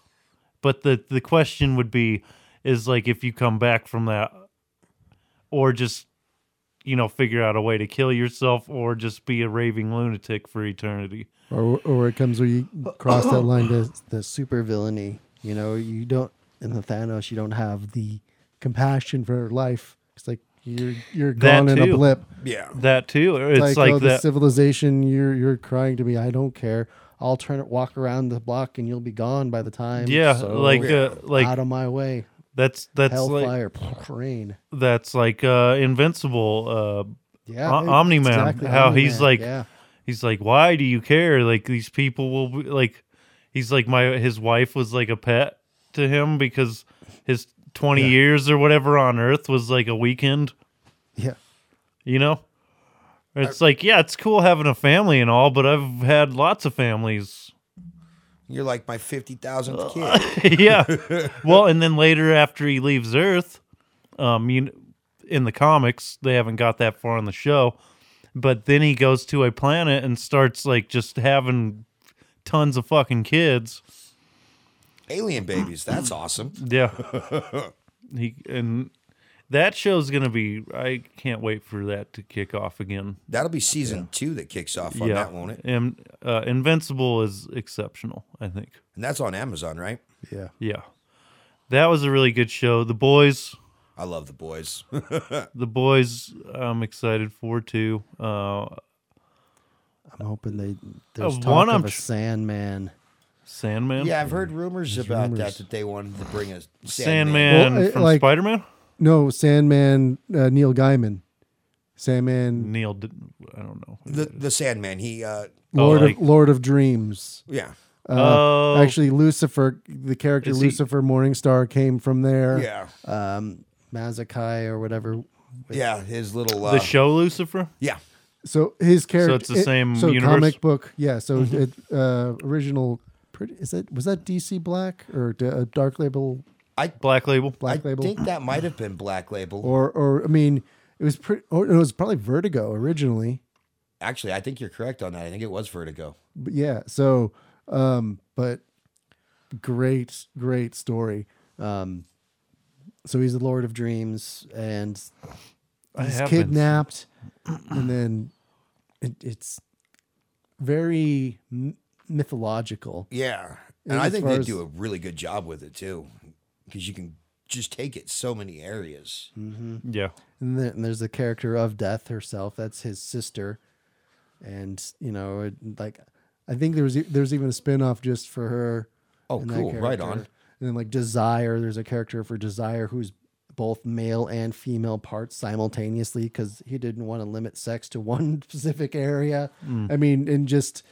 but the the question would be is like if you come back from that or just you know figure out a way to kill yourself or just be a raving lunatic for eternity or or it comes where you cross that line to the super villainy. You know, you don't in the Thanos, you don't have the compassion for life. It's like you're you're That gone in a too. blip. Yeah. that too it's like, oh, the that civilization. You're you're crying to me. I don't care. I'll turn it, walk around the block, and you'll be gone by the time. yeah so like uh, out like of my way, that's that's like hellfire, rain. that's like uh invincible uh Yeah, O- Omni-Man, how he's like- yeah, he's like why do you care like these people will be like he's like my his wife was like a pet to him because his 20 years or whatever on earth was like a weekend yeah. you know it's like yeah it's cool having a family and all but i've had lots of families You're like my 50,000th kid. yeah well and then later after he leaves earth um you kn- in the comics they haven't got that far on the show but then he goes to a planet and starts like just having tons of fucking kids Alien babies. That's awesome. Yeah. he and that show's gonna be. I can't wait for that to kick off again. That'll be season two that kicks off on yeah, that, won't it? And uh, Invincible is exceptional. I think. And that's on Amazon, right? Yeah, that was a really good show. The boys, I love the boys. the boys, I'm excited for too. Uh, I'm hoping they there's Uh, talk one I'm of a tr- Sandman. Sandman. yeah, I've heard rumors about that that they wanted to bring a Sandman. Sandman Well, I- from like- Spider-Man. No, Sandman, uh, Neil Gaiman, Sandman, Neil, did, I don't know. The the Sandman. He uh Lord oh, like- of Lord of Dreams. yeah. Uh, Oh. actually, Lucifer, the character Is he- Lucifer Morningstar came from there. Yeah. Um, Mazakai or whatever. Yeah, his little uh, the show Lucifer. Yeah. So his character. it's the same so universe? comic book. Yeah. So it uh, original. Pretty, is that was that DC Black or D- uh, Dark Label? Black Label. Black I Label. think that might have been Black Label. or or I mean, it was pretty. Or it was probably Vertigo originally. Actually, I think you're correct on that. I think it was Vertigo. But yeah. So, um, but great, great story. Um, so he's the Lord of Dreams, and I he's have been- kidnapped, and then it, it's very m- mythological. Yeah. And And I as think far they as- do a really good job with it too. Because you can just take it so many areas. Yeah. and then there's the character of Death herself. That's his sister, and you know, it, like I think there was e- there's even a spin-off just for her. Oh, and that cool. Right character. on. and then like Desire. There's a character for Desire who's both male and female parts simultaneously because he didn't want to limit sex to one specific area. Mm. I mean, and just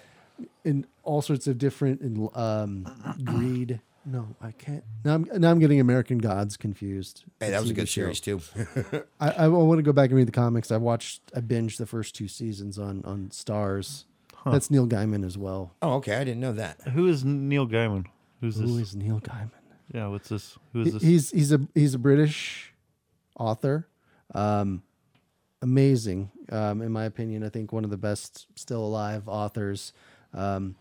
in all sorts of different and um, greed. No, I can't. Now I'm now I'm getting American Gods confused. Hey, The that was a TV good show. series too. I, I want to go back and read the comics. I watched I binged the first two seasons on on Stars. That's That's Neil Gaiman as well. oh, okay. I didn't know that. Who is Neil Gaiman? Who's this? Who is Neil Gaiman? yeah. What's this? Who is this? he's he's a he's a British. Author, um, amazing um, in my opinion. I think one of the best still alive authors. Um,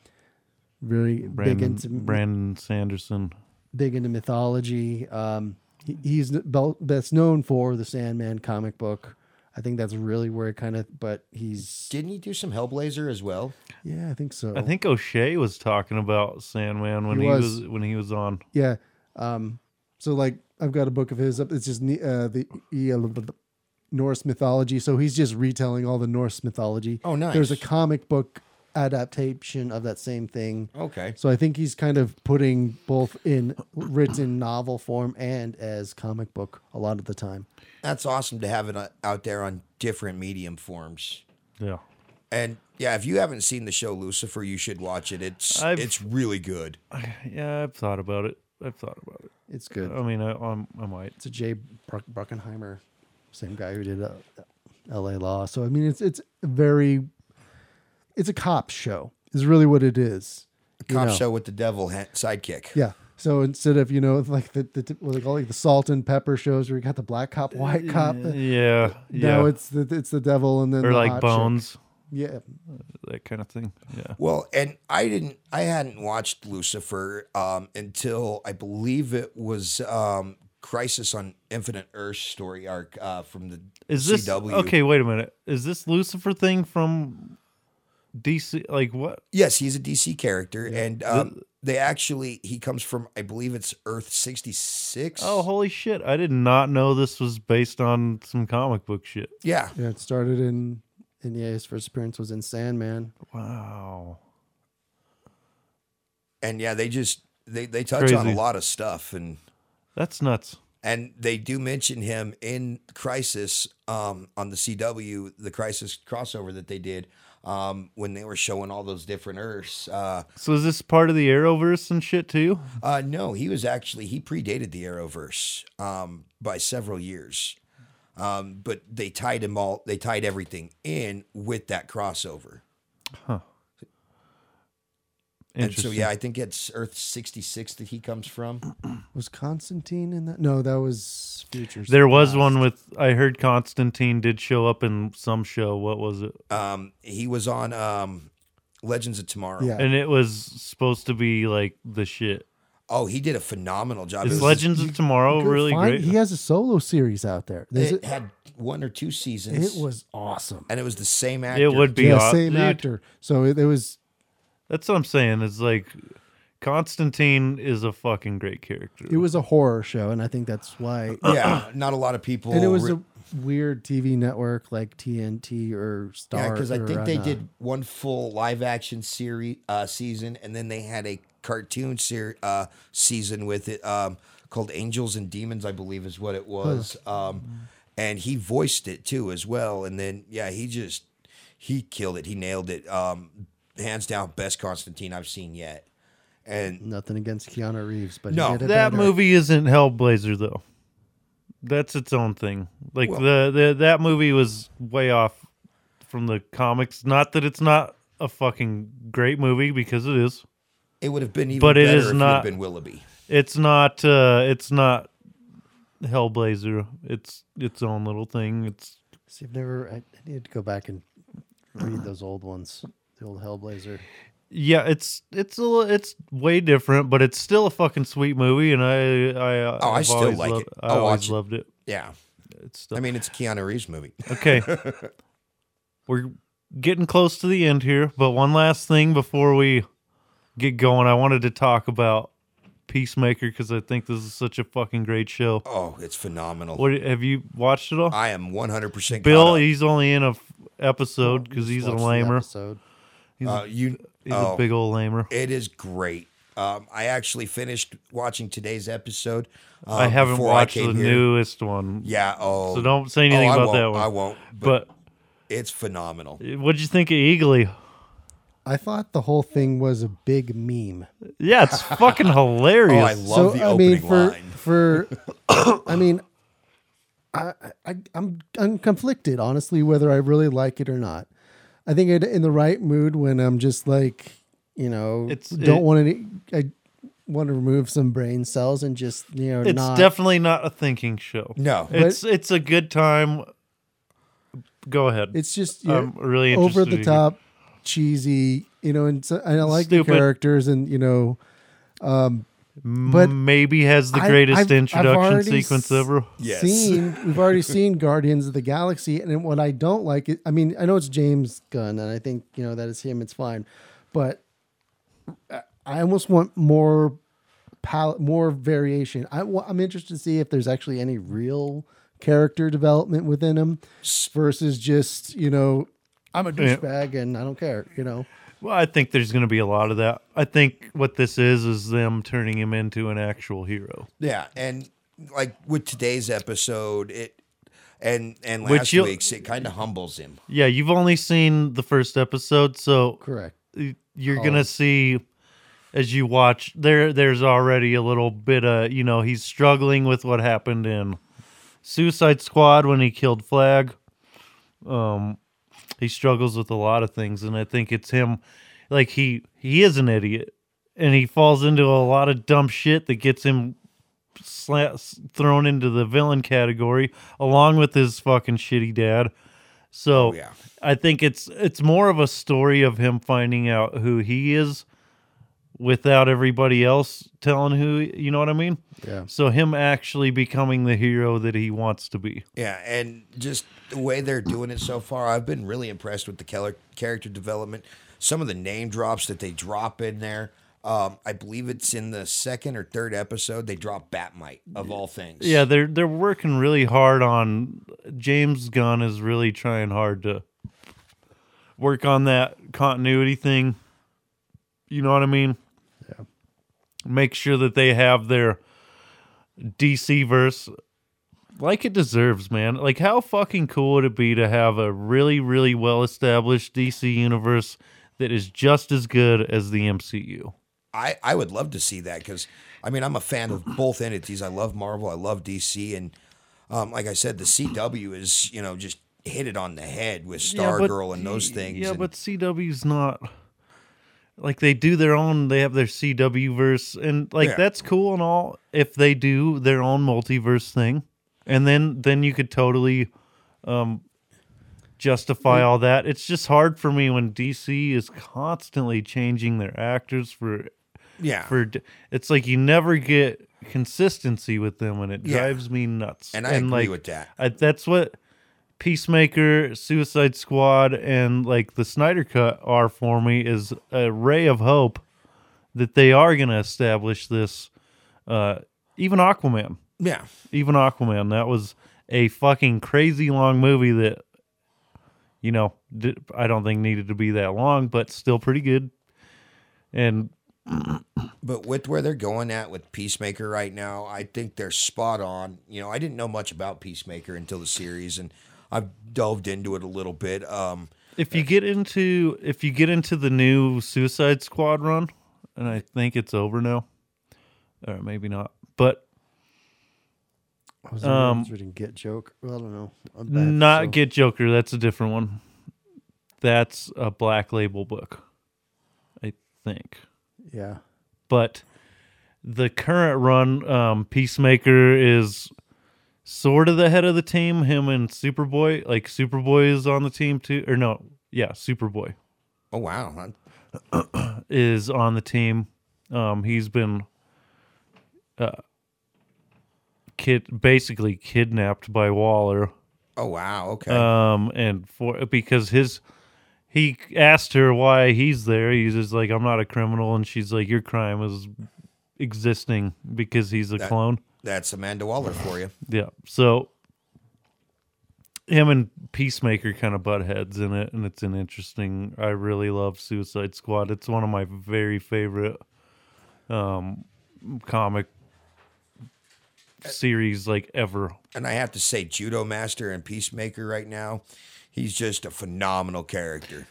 very big Brandon, into Brandon Sanderson. big into mythology. Um, he, he's n- bel- best known for the Sandman comic book. I think that's really where it kind of. But he's Didn't he do some Hellblazer as well? yeah, I think so. I think O'Shea was talking about Sandman when Oh. He he, was. was. when he was on. Yeah. Um. So like, I've got a book of his up. It's just ne- uh, the yeah, blah, blah, blah, Norse mythology. So he's just retelling all the Norse mythology. Oh, nice. There's a comic book. adaptation of that same thing. Okay. So I think he's kind of putting both in. in written novel form and as comic book a lot of the time. That's awesome to have it uh, out there on different medium forms. Yeah. And yeah, if you haven't seen the show Lucifer, you should watch it. It's I've- it's really good. Yeah, I've thought about it. I've thought about it. It's Oh. good. I mean, I, I'm, I might. It's a Jay Bruck- Bruckenheimer, same guy who did uh, L.A. Law. So I mean, it's it's very, it's a cop show is really what it is. you Cop know. show with the devil ha- sidekick. Yeah. So instead of you know like the, the what they call like the salt and pepper shows where you got the black cop, white cop. Yeah, yeah. Now it's the it's the devil and then or the like hot chick. Bones, Yeah. that kind of thing. Yeah. Well, and I didn't, I hadn't watched Lucifer um, until I believe it was um, Crisis on Infinite Earth story arc uh, from the Is this CW. okay? Wait a minute. Is this Lucifer thing from DC? Like what? Yes, he's a DC character, and um, they actually he comes from I believe it's Earth sixty six. Oh, holy shit! I did not know this was based on some comic book shit. yeah. Yeah. It started in And yeah, his first appearance was in Sandman. Wow. and yeah, they just they they touch on a Crazy. lot of stuff, and That's nuts. and they do mention him in Crisis um, on the CW, the Crisis crossover that they did um, when they were showing all those different Earths. Uh, So is this part of the Arrowverse and shit too? uh, no, he was actually he predated the Arrowverse um, by several years. Um, but they tied him all. They tied everything in with that crossover, and so Interesting. yeah, I think it's Earth sixty six that he comes from. was Constantine in that? No, that was Futures. There was one with I heard Constantine did show up in some show. What was it? Um, he was on um, Legends of Tomorrow. Yeah. And it was supposed to be like the shit. Oh, he did a phenomenal job. Is It was- Legends of Tomorrow Go really find- great? He has a solo series out there. There's It a- had one or two seasons. it was awesome. and it was the same actor. it would be Yeah, aw- same dude, actor. So it, it was That's what I'm saying. It's like Constantine is a fucking great character. It was a horror show, and I think that's why. Yeah, not a lot of people. and it was re- a Weird TV network like TNT or Star. yeah, because I or think they on, uh, did one full live action series uh, season, and then they had a cartoon ser- uh, season with it um, called Angels and Demons, I believe is what it was. Um, and he voiced it too as well. And then yeah, he just he killed it. He nailed it. Um, hands down, best Constantine I've seen yet. And Nothing against Keanu Reeves, but he No, did it that better. movie isn't Hellblazer though. That's its own thing. Like the, the that movie was way off from the comics. Not that it's not a fucking great movie because it is. It would have been even But it better is if not- it had been Willoughby. It's not uh it's not Hellblazer. It's its own little thing. It's See, I've never. I, I need to go back and read those old ones. The old Hellblazer. yeah, it's it's a li- it's way different, but it's still a fucking sweet movie and I I uh, Oh, I I've still always like loved- it. I I'll always watch it. loved it. Yeah. It's still I mean, it's a Keanu Reeves movie. Okay. We're getting close to the end here, but one last thing before we get going, I wanted to talk about Peacemaker because I think this is such a fucking great show. Oh, it's phenomenal. What have you watched it all? I am 100% caught Bill, up. he's only in a f- episode because he's a Watch Oh, the lamer. episode. He's, Uh, a, you, he's oh, a big old lamer. it is great. Um, I actually finished watching today's episode. Um, I haven't before watched came the here. newest one. Yeah. Oh. So don't say anything oh, I about that won't, one. I won't. But, But it's phenomenal. what'd you think of Eagly? I thought the whole thing was a big meme. Yeah, it's fucking Oh, I hilarious. love the I opening mean, for, line. For I mean, I, I I'm I'm conflicted honestly whether I really like it or not. I think it in the right mood when I'm just like you know It's- don't it- want any. I want to remove some brain cells and just you know it's not. definitely not a thinking show. No. It's it's a good time. Go ahead. it's just you I'm know, really interested over to the hear. top, cheesy. You know, and, so, and I like Stupid. the characters and you know. but maybe has the I- greatest I've- I've introduction already sequence s- ever. Yes. seen we've already seen Guardians of the Galaxy, and what I don't like is, I mean, I know it's James Gunn, and I think you know that is him. It's fine, but I- I almost want more pal- more variation. I, wa- I'm interested to see if there's actually any real character development within him versus just you know I'm a Yeah. douchebag and I don't care. You know, Well, I think there's going to be a lot of that. I think what this is is them turning him into an actual hero, Yeah. And like with today's episode, it and and Which last you'll- week's, it kind of humbles him. yeah. You've only seen the first episode, so correct. y- you're gonna see as you watch there. There's already a little bit of you know he's struggling with what happened in Suicide Squad when he killed Flag. um he struggles with a lot of things and i think it's him like he he is an idiot and he falls into a lot of dumb shit that gets him sla- thrown into the villain category along with his fucking shitty dad so Oh, yeah. i think it's it's more of a story of him finding out who he is without everybody else telling who you know what i mean Yeah. so him actually becoming the hero that he wants to be Yeah, and just the way they're doing it so far, I've been really impressed with the Keller character development. Some of the name drops that they drop in there. Um, I believe it's in the second or third episode they drop Batmite of all things. Yeah, they're they're working really hard on James Gunn is really trying hard to work on that continuity thing. You know what I mean? Yeah. Make sure that they have their DC verse like it deserves, man. Like how fucking cool would it be to have a really really well established DC universe that is just as good as the MCU? I, I would love to see that because I mean I'm a fan of both entities. I love Marvel, I love DC, and um, like I said, the CW is you know just hit it on the head with but- Stargirl and those things. Yeah, and- but CW's not like they do their own. They have their CW verse, and like Yeah. that's cool and all. If they do their own multiverse thing, and then then you could totally um justify all that. It's just hard for me when DC is constantly changing their actors for yeah, for. d- It's like you never get consistency with them, and it Yeah. drives me nuts. and I agree like, with that. I, that's what Peacemaker, Suicide Squad, and like the Snyder Cut are for me is a ray of hope that they are going to establish this. Uh, even Aquaman, Yeah, even Aquaman, that was a fucking crazy long movie that you know di- I don't think needed to be that long, but still pretty good. And But with where they're going at with Peacemaker right now, I think they're spot on. You know, I didn't know much about Peacemaker until the series, and I've delved into it a little bit. Um, if you get into if you get into the new Suicide Squad run, and I think it's over now, or maybe not, but I was um, reading Get Joke. Well, I don't know. I'm bad, not so- Get Joker. That's a different one. That's a Black Label book, I think. Yeah. But the current run, um, Peacemaker is sort of the head of the team. Him and Superboy, like Superboy is on the team too, or no, yeah, Superboy oh wow, I'm- is on the team. Um, he's been uh, kid basically kidnapped by Waller. oh wow, okay, Um, and for because his he asked her why he's there. He's just like, I'm not a criminal, and she's like, Your crime is existing because he's a That- clone. that's Amanda Waller for you. Yeah. So him and Peacemaker kind of butt heads in it, and it's an interesting. I really love Suicide Squad. It's one of my very favorite um comic series like ever. And I have to say, Judo Master and Peacemaker right now, he's just a phenomenal character.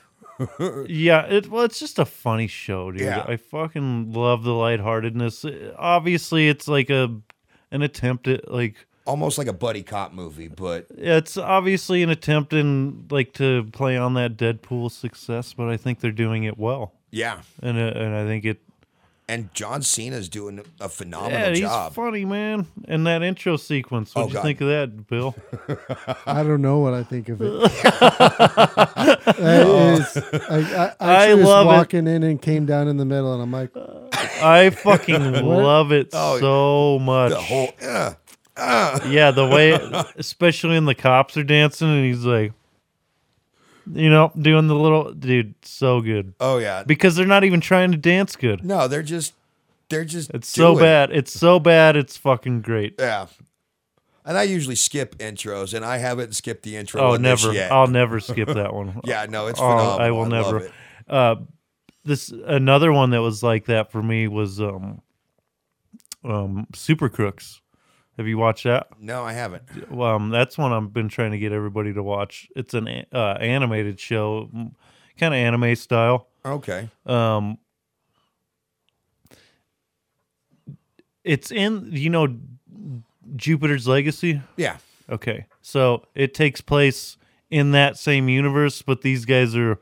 Yeah, it well, it's just a funny show, dude. Yeah. I fucking love the lightheartedness. Uh, Obviously, it's like a an attempt at like Almost like a buddy cop movie, but it's obviously an attempt in like to play on that Deadpool success, but I think they're doing it well, yeah. and uh, and I think it. And John Cena's doing a phenomenal Yeah, he's job. funny, man. And that intro sequence. What Oh, would you God. think of that, Bill? I don't know what I think of it. That is- I, I, I, Oh. I was love it. Oh, walking in and came down in the middle, and I'm like, I fucking love it so much. Oh, The whole uh, yeah, the way, especially when the cops are dancing, and he's like, you know, doing the little dude, so good oh yeah, because they're not even trying to dance good. no, they're just they're just It's so doing it. bad. It's so bad. It's fucking great. Yeah. And I usually skip intros, and I haven't skipped the intro. Oh, on this never. yet. I'll never skip that one. yeah, no, it's Oh, phenomenal. I will love never. it. this another one that was like that for me was um um Super Crooks. Have you watched that? No, I haven't. Well, um, that's one I've been trying to get everybody to watch. It's an a- uh, animated show, kind of anime style. Okay. Um, it's in you know Jupiter's Legacy. Yeah. Okay, so it takes place in that same universe, but these guys are.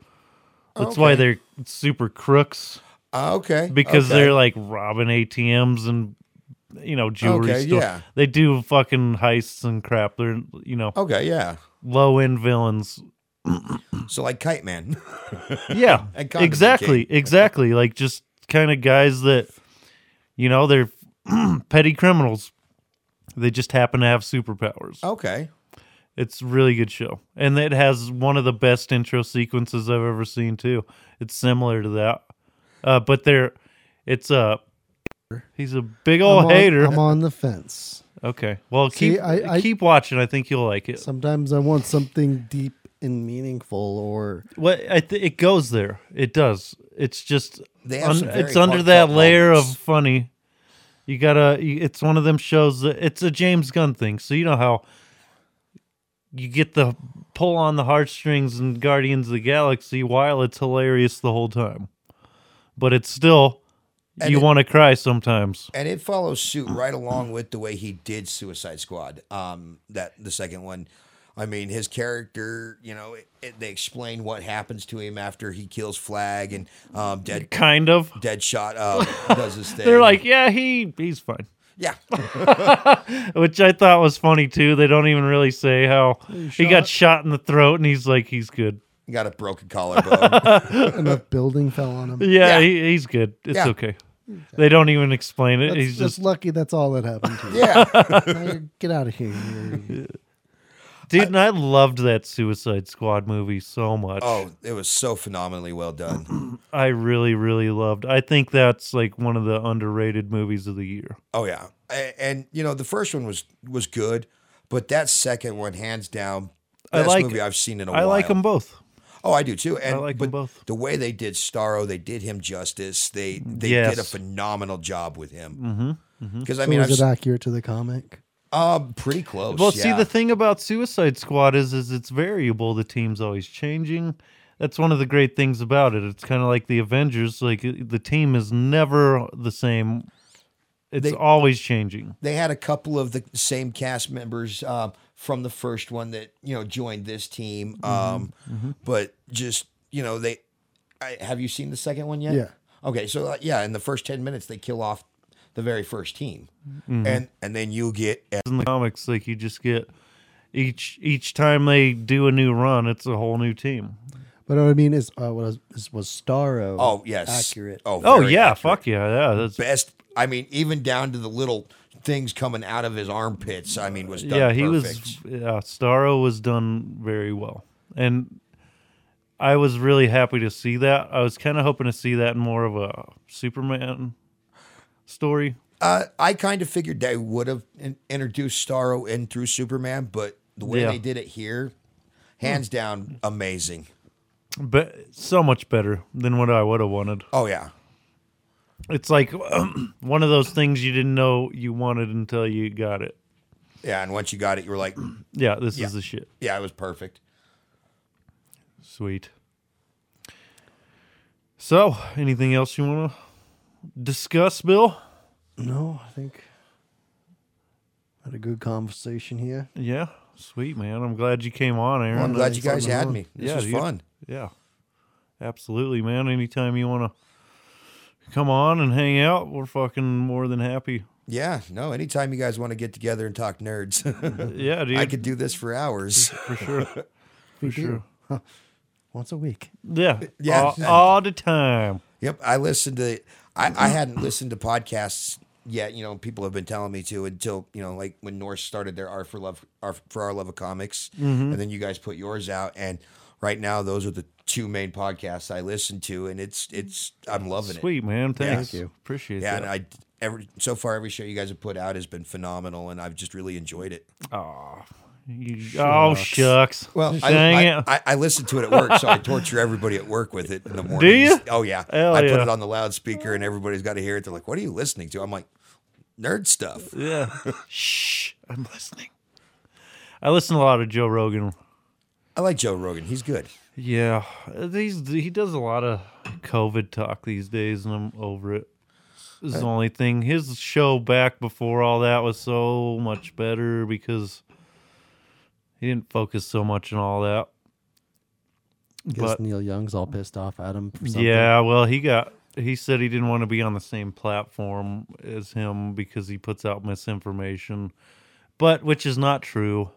That's why they're super crooks Uh, okay. because okay. they're like robbing ATMs and you know jewelry Okay, stores. yeah. They do fucking heists and crap. They're you know okay, yeah. low end villains. So like Kite Man. Yeah, And Condiment exactly, exactly. Like just kind of guys that you know they're petty criminals. They just happen to have superpowers. okay. It's a really good show, and it has one of the best intro sequences I've ever seen too. It's similar to that, uh, but they're it's a he's a big I'm old on- hater. I'm on the fence. Okay, well See, keep I- I- keep watching. I think you'll like it. Sometimes I want something deep and meaningful, or What I th- it goes there. It does. It's just They have un- some very it's under that heartfelt layer moments. of funny. You gotta. you- It's one of them shows. That, it's a James Gunn thing, so you know how you get the pull on the heartstrings in Guardians of the Galaxy while it's hilarious the whole time, but it's still And you it- want to cry sometimes. and it follows suit right along with the way he did Suicide Squad. Um, that the second one, I mean, his character, you know, it, it, they explain what happens to him after he kills Flag and um, Dead Kind of. Deadshot uh, does his thing. They're like, yeah, he he's fine. yeah, which I thought was funny too. They don't even really say how he got shot in the throat, and he's like, he's good. he got a broken collarbone. enough building fell on him. Yeah, Yeah. He, he's good. It's Yeah. okay. They don't even explain it. That's, he's that's just, lucky. That's all that happened to you. yeah, Now you're- get out of here. You're- dude, and I loved that Suicide Squad movie so much. oh, it was so phenomenally well done. I really, really loved. I think that's like one of the underrated movies of the year. Oh yeah, and, and you know, the first one was was good, but that second one, hands down, I best like- movie I've seen in a I while. like them both. Oh, I do too. And like 'em but both. The way they did Starro, they did him justice. They they did a Yes. Mm-hmm. phenomenal job with him. Because I So mean, I've, is it s- accurate to the comic? um, pretty close. Well, yeah. see, the thing about Suicide Squad is, is it's variable. The team's always changing. That's one of the great things about it. It's kind of like the Avengers. Like it- the team is never the same. It's They- always changing. they had a couple of the same cast members um, from the first one that you know joined this Mm-hmm. team. Um, But just you know, they I, have you seen the second one yet? Yeah. Okay, so uh, yeah, in the first ten minutes, they kill off the very first team, Mm-hmm. and and then you get In the comics, like you just get each each time they do a new run, it's a whole new team. But what I mean is, uh, what was, is- was Starro? oh yes, accurate. Oh, Oh very yeah, accurate. fuck yeah, yeah. That's best. I mean, even down to the little things coming out of his armpits. I mean, was done yeah. He perfect. was yeah. Starro was done very well, and I was really happy to see that. I was kind of hoping to see that in more of a Superman story. Uh, I kind of figured they would have in- introduced Starro in through Superman, but the way Yeah. they did it here, hands down, amazing. but so much better than what I would have wanted. Oh yeah, It's like one of those things you didn't know you wanted until you got it. yeah. And once you got it, you were like, Yeah, this Yeah. is the shit. yeah, it was perfect. Sweet. So, anything else you want to discuss, Bill? No, I think had a good conversation here. Yeah, sweet man. I'm glad you came on, Aaron. Well, I'm glad you guys had fun. me. This Yeah, was dude. fun. Yeah, absolutely, man. Anytime you want to come on and hang out, we're fucking more than happy. Yeah, no. Anytime you guys want to get together and talk nerds, Yeah, dude, I could do this for hours. for sure. We sure. do. Huh. Once a week. Yeah, Yeah. all, all the time. Yep, I listened to. I, I hadn't listened to podcasts yet. You know, people have been telling me to until you know, like when Norse started their "Art for Love" "Art for Our Love of Comics," and then you guys put yours out. And right now, those are the two main podcasts I listen to, and it's it's I'm loving Sweet man, thanks. Thank you. Appreciate it. Yeah, and that. I every so far every show you guys have put out has been phenomenal, and I've just really enjoyed it. You- oh shucks. Well, I, Dang I, it. I, I listen to it at work, so I torture everybody at work with it in the morning. you? Oh yeah, Hell I put yeah. it on the loudspeaker, and everybody's got to hear it. They're like, "What are you listening to?" I'm like, "Nerd stuff." yeah. Shh. I'm listening. I listen to a lot of Joe Rogan. I like Joe Rogan; he's good. Yeah, uh, these he does a lot of COVID talk these days, and I'm over it. This is the only thing. His show back before all that was so much better because he didn't focus so much on all that. Guess But- Neil Young's all pissed off at him. For something. Yeah, well, he got he said he didn't want to be on the same platform as him because he puts out misinformation, but which is not true.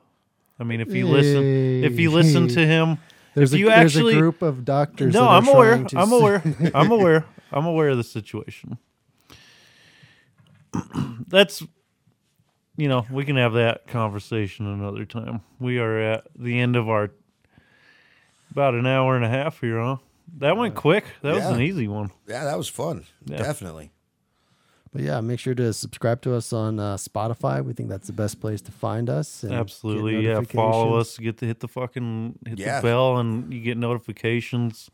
I mean, if you listen, if you listen to him, There's, if a, you there's actually a group of doctors. that no, are I'm aware, trying to I'm s- aware, I'm aware, I'm aware of the situation. That's, you know, we can have that conversation another time. We are at the end of our about an hour and a half here, huh? That went quick. That was Uh, Yeah. an easy one. Yeah, that was fun. Definitely. But yeah, make sure to subscribe to us on uh, Spotify. We think that's the best place to find us. and get Absolutely, yeah. Follow notifications. us. Get to hit the fucking hit Yeah. the bell, and you get notifications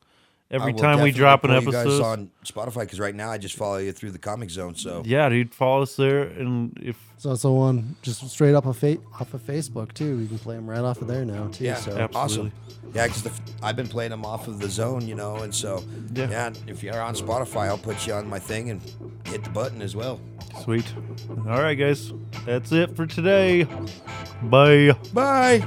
I every will time we definitely drop an pull you episode. guys on Spotify because right now I just follow you through the Comic Zone. So Yeah, dude, follow us there, and if It's also on just straight up of fa- off of Facebook too. You can play them right off of there now too. Yeah, so Absolutely. awesome. Yeah, because I've been playing them off of the zone, you know, and so Yeah. yeah. if you're on Spotify, I'll put you on my thing and hit the button as well. Sweet. All right, guys. That's it for today. Bye. Bye.